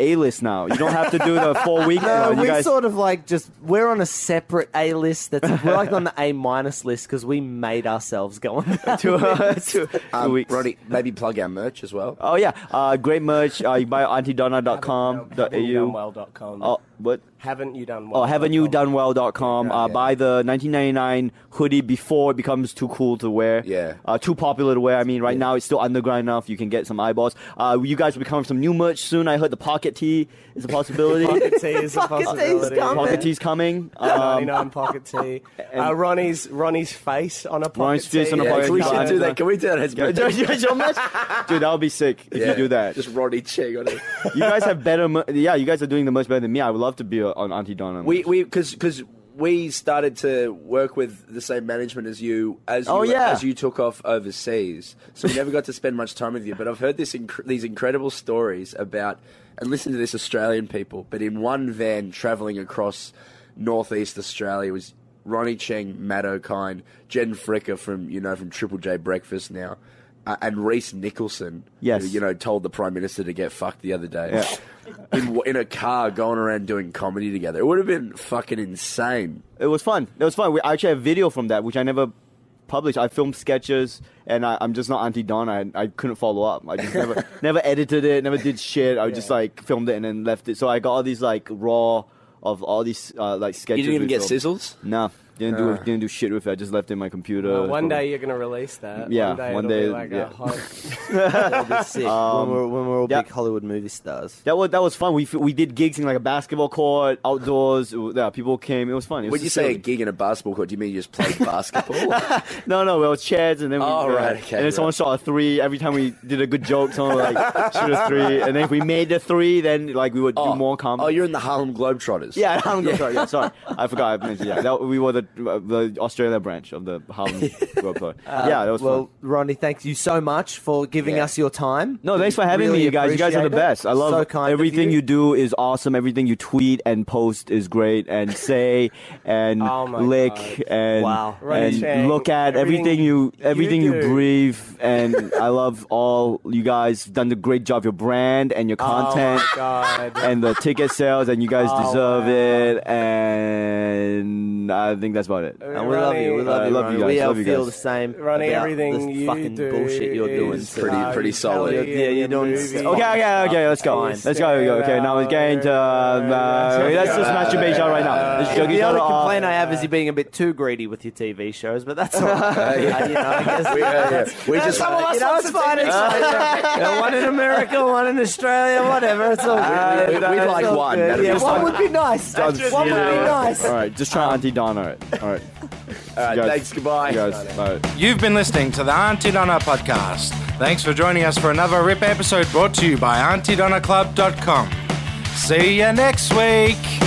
A list now. You don't have to do the four week.
No,
now. You
we
guys,
Uh, sort of like just we're on a separate A list. That's we're like on the A minus list because we made ourselves go on. that
two,
list.
two, two
um,
weeks.
Ronnie, maybe plug our merch as well.
Oh yeah, uh, great merch. Uh, you buy auntiedonna.com.au.
Haven't you done well.com.
Oh, what?
haven't you done well?
Oh, haven't you done well.com. Uh,
Yeah.
Buy the 1999 hoodie before it becomes too cool to wear.
Yeah.
Uh, too popular to wear. I mean, right now it's still underground enough. You can get some eyeballs. Uh, you guys will become some new merch soon. I heard the pocket tee is a possibility.
Pocket tea is a
Pocket tea's
possibility.
coming.
pocket tee's coming. Um,
99 pocket tea. Uh, Ronnie's Ronnie's face on a pocket
Ronnie's
tee.
face on a
Yeah,
pocket
can we
tee.
should do that? Can we do that as merch?
Dude, that would be sick if
Yeah,
you do that.
Just Roddy Cheng on it.
you guys have better. Mer- yeah, you guys are doing the merch better than me. I would love to be uh, on Auntie Donna.
We we because because we started to work with the same management as you as
Oh,
you,
yeah.
as you took off overseas, so we never got to spend much time with you. But I've heard this inc- these incredible stories about and listen to this Australian people, but in one van traveling across northeast Australia was. Ronnie Cheng, Matt O'Kine, Jen Fricker from you know from Triple J Breakfast now, uh, and Reese Nicholson,
Yes.
who, you know told the Prime Minister to get fucked the other day
Yeah.
in, in a car going around doing comedy together. It would have been fucking insane.
It was fun. It was fun. We I actually have video from that, which I never published. I filmed sketches, and I, I'm just not Auntie Donna. I, I couldn't follow up. I just never, never edited it. Never did shit. I just like filmed it and then left it. So I got all these like raw of all these uh, like sketches.
You didn't even
we
get Uh.
filmed.
sizzles?
No. Didn't do didn't do shit with it. I just left it in my computer.
Well, uh, one day you're going to release that.
Yeah,
One day
one
it'll be
day,
like
yeah.
a hot.
That'd be sick.
Um,
when, we're, when we're all
yeah.
big Hollywood movie stars.
That was that was fun. We f- we did gigs in like a basketball court, outdoors. It wa- Yeah, people came. It was fun. It was
When you
just
say a
silly.
gig in a basketball court, do you mean you just played basketball?
no, no, it was chairs, and then we,
Oh,
yeah.
right, okay,
and then
right.
someone shot a three. Every time we did a good joke, someone would, like shoot a three, and then if we made the three, then like we would
oh.
do more comedy.
Oh, you're in the Harlem Globetrotters.
yeah, Harlem Globetrotters. Sorry, yeah, sorry, I forgot. I mentioned yeah, that, we were the the Australia branch of the Harlem Globetrotters.
Um,
yeah, that was
Uh, well,
fun.
Ronnie, thank you so much for giving
Yeah.
us your time.
No, thanks for having
Really
me, you guys. You guys are the
appreciate it.
best. I love
So kind of
everything
you.
you. do is awesome. Everything you tweet and post is great, and say and
Oh my
lick
God.
and,
Wow.
Ronnie
and
Chang,
look at everything
everything
you everything you,
do.
breathe. And I love all you guys. Done a great job. Your brand and your content.
Oh, my God.
And the ticket sales, and you guys
Oh,
deserve
wow.
it. And I think that's about it.
And we love you. We
Ronnie,
love
I
you.
love
Ronnie.
you guys,
We all
love you
feel
guys.
the same.
Ronnie,
about
everything
this
you
fucking
do
bullshit you're doing.
is
today.
pretty- pretty solid.
You're, yeah, you're doing.
Movie.
fucking
Okay, okay, okay, let's go.
Please
Let's go,
stay
go. Okay, now we're getting to. Um, uh,
there.
let's just masturbate each other right now. Let's jerk each
the
other
only
off.
complaint I have is you being a bit too greedy with your TV shows, but that's all. right. you know, I guess
We, uh, yeah. we just
you know, it's fine. It's fine. Yeah, one in America, one in Australia, whatever. It's all good.
we- Uh, we'd
It's
like
all
one.
good.
That'd be
Yeah,
just
one
like-
would be nice. One would be nice.
All right, just try Auntie Don. All right, all right,
All right,
Guys.
thanks. Goodbye.
you guys. All right.
You've been listening to the Auntie Donna podcast. Thanks for joining us for another RIP episode brought to you by AuntieDonnaClub.com. See you next week.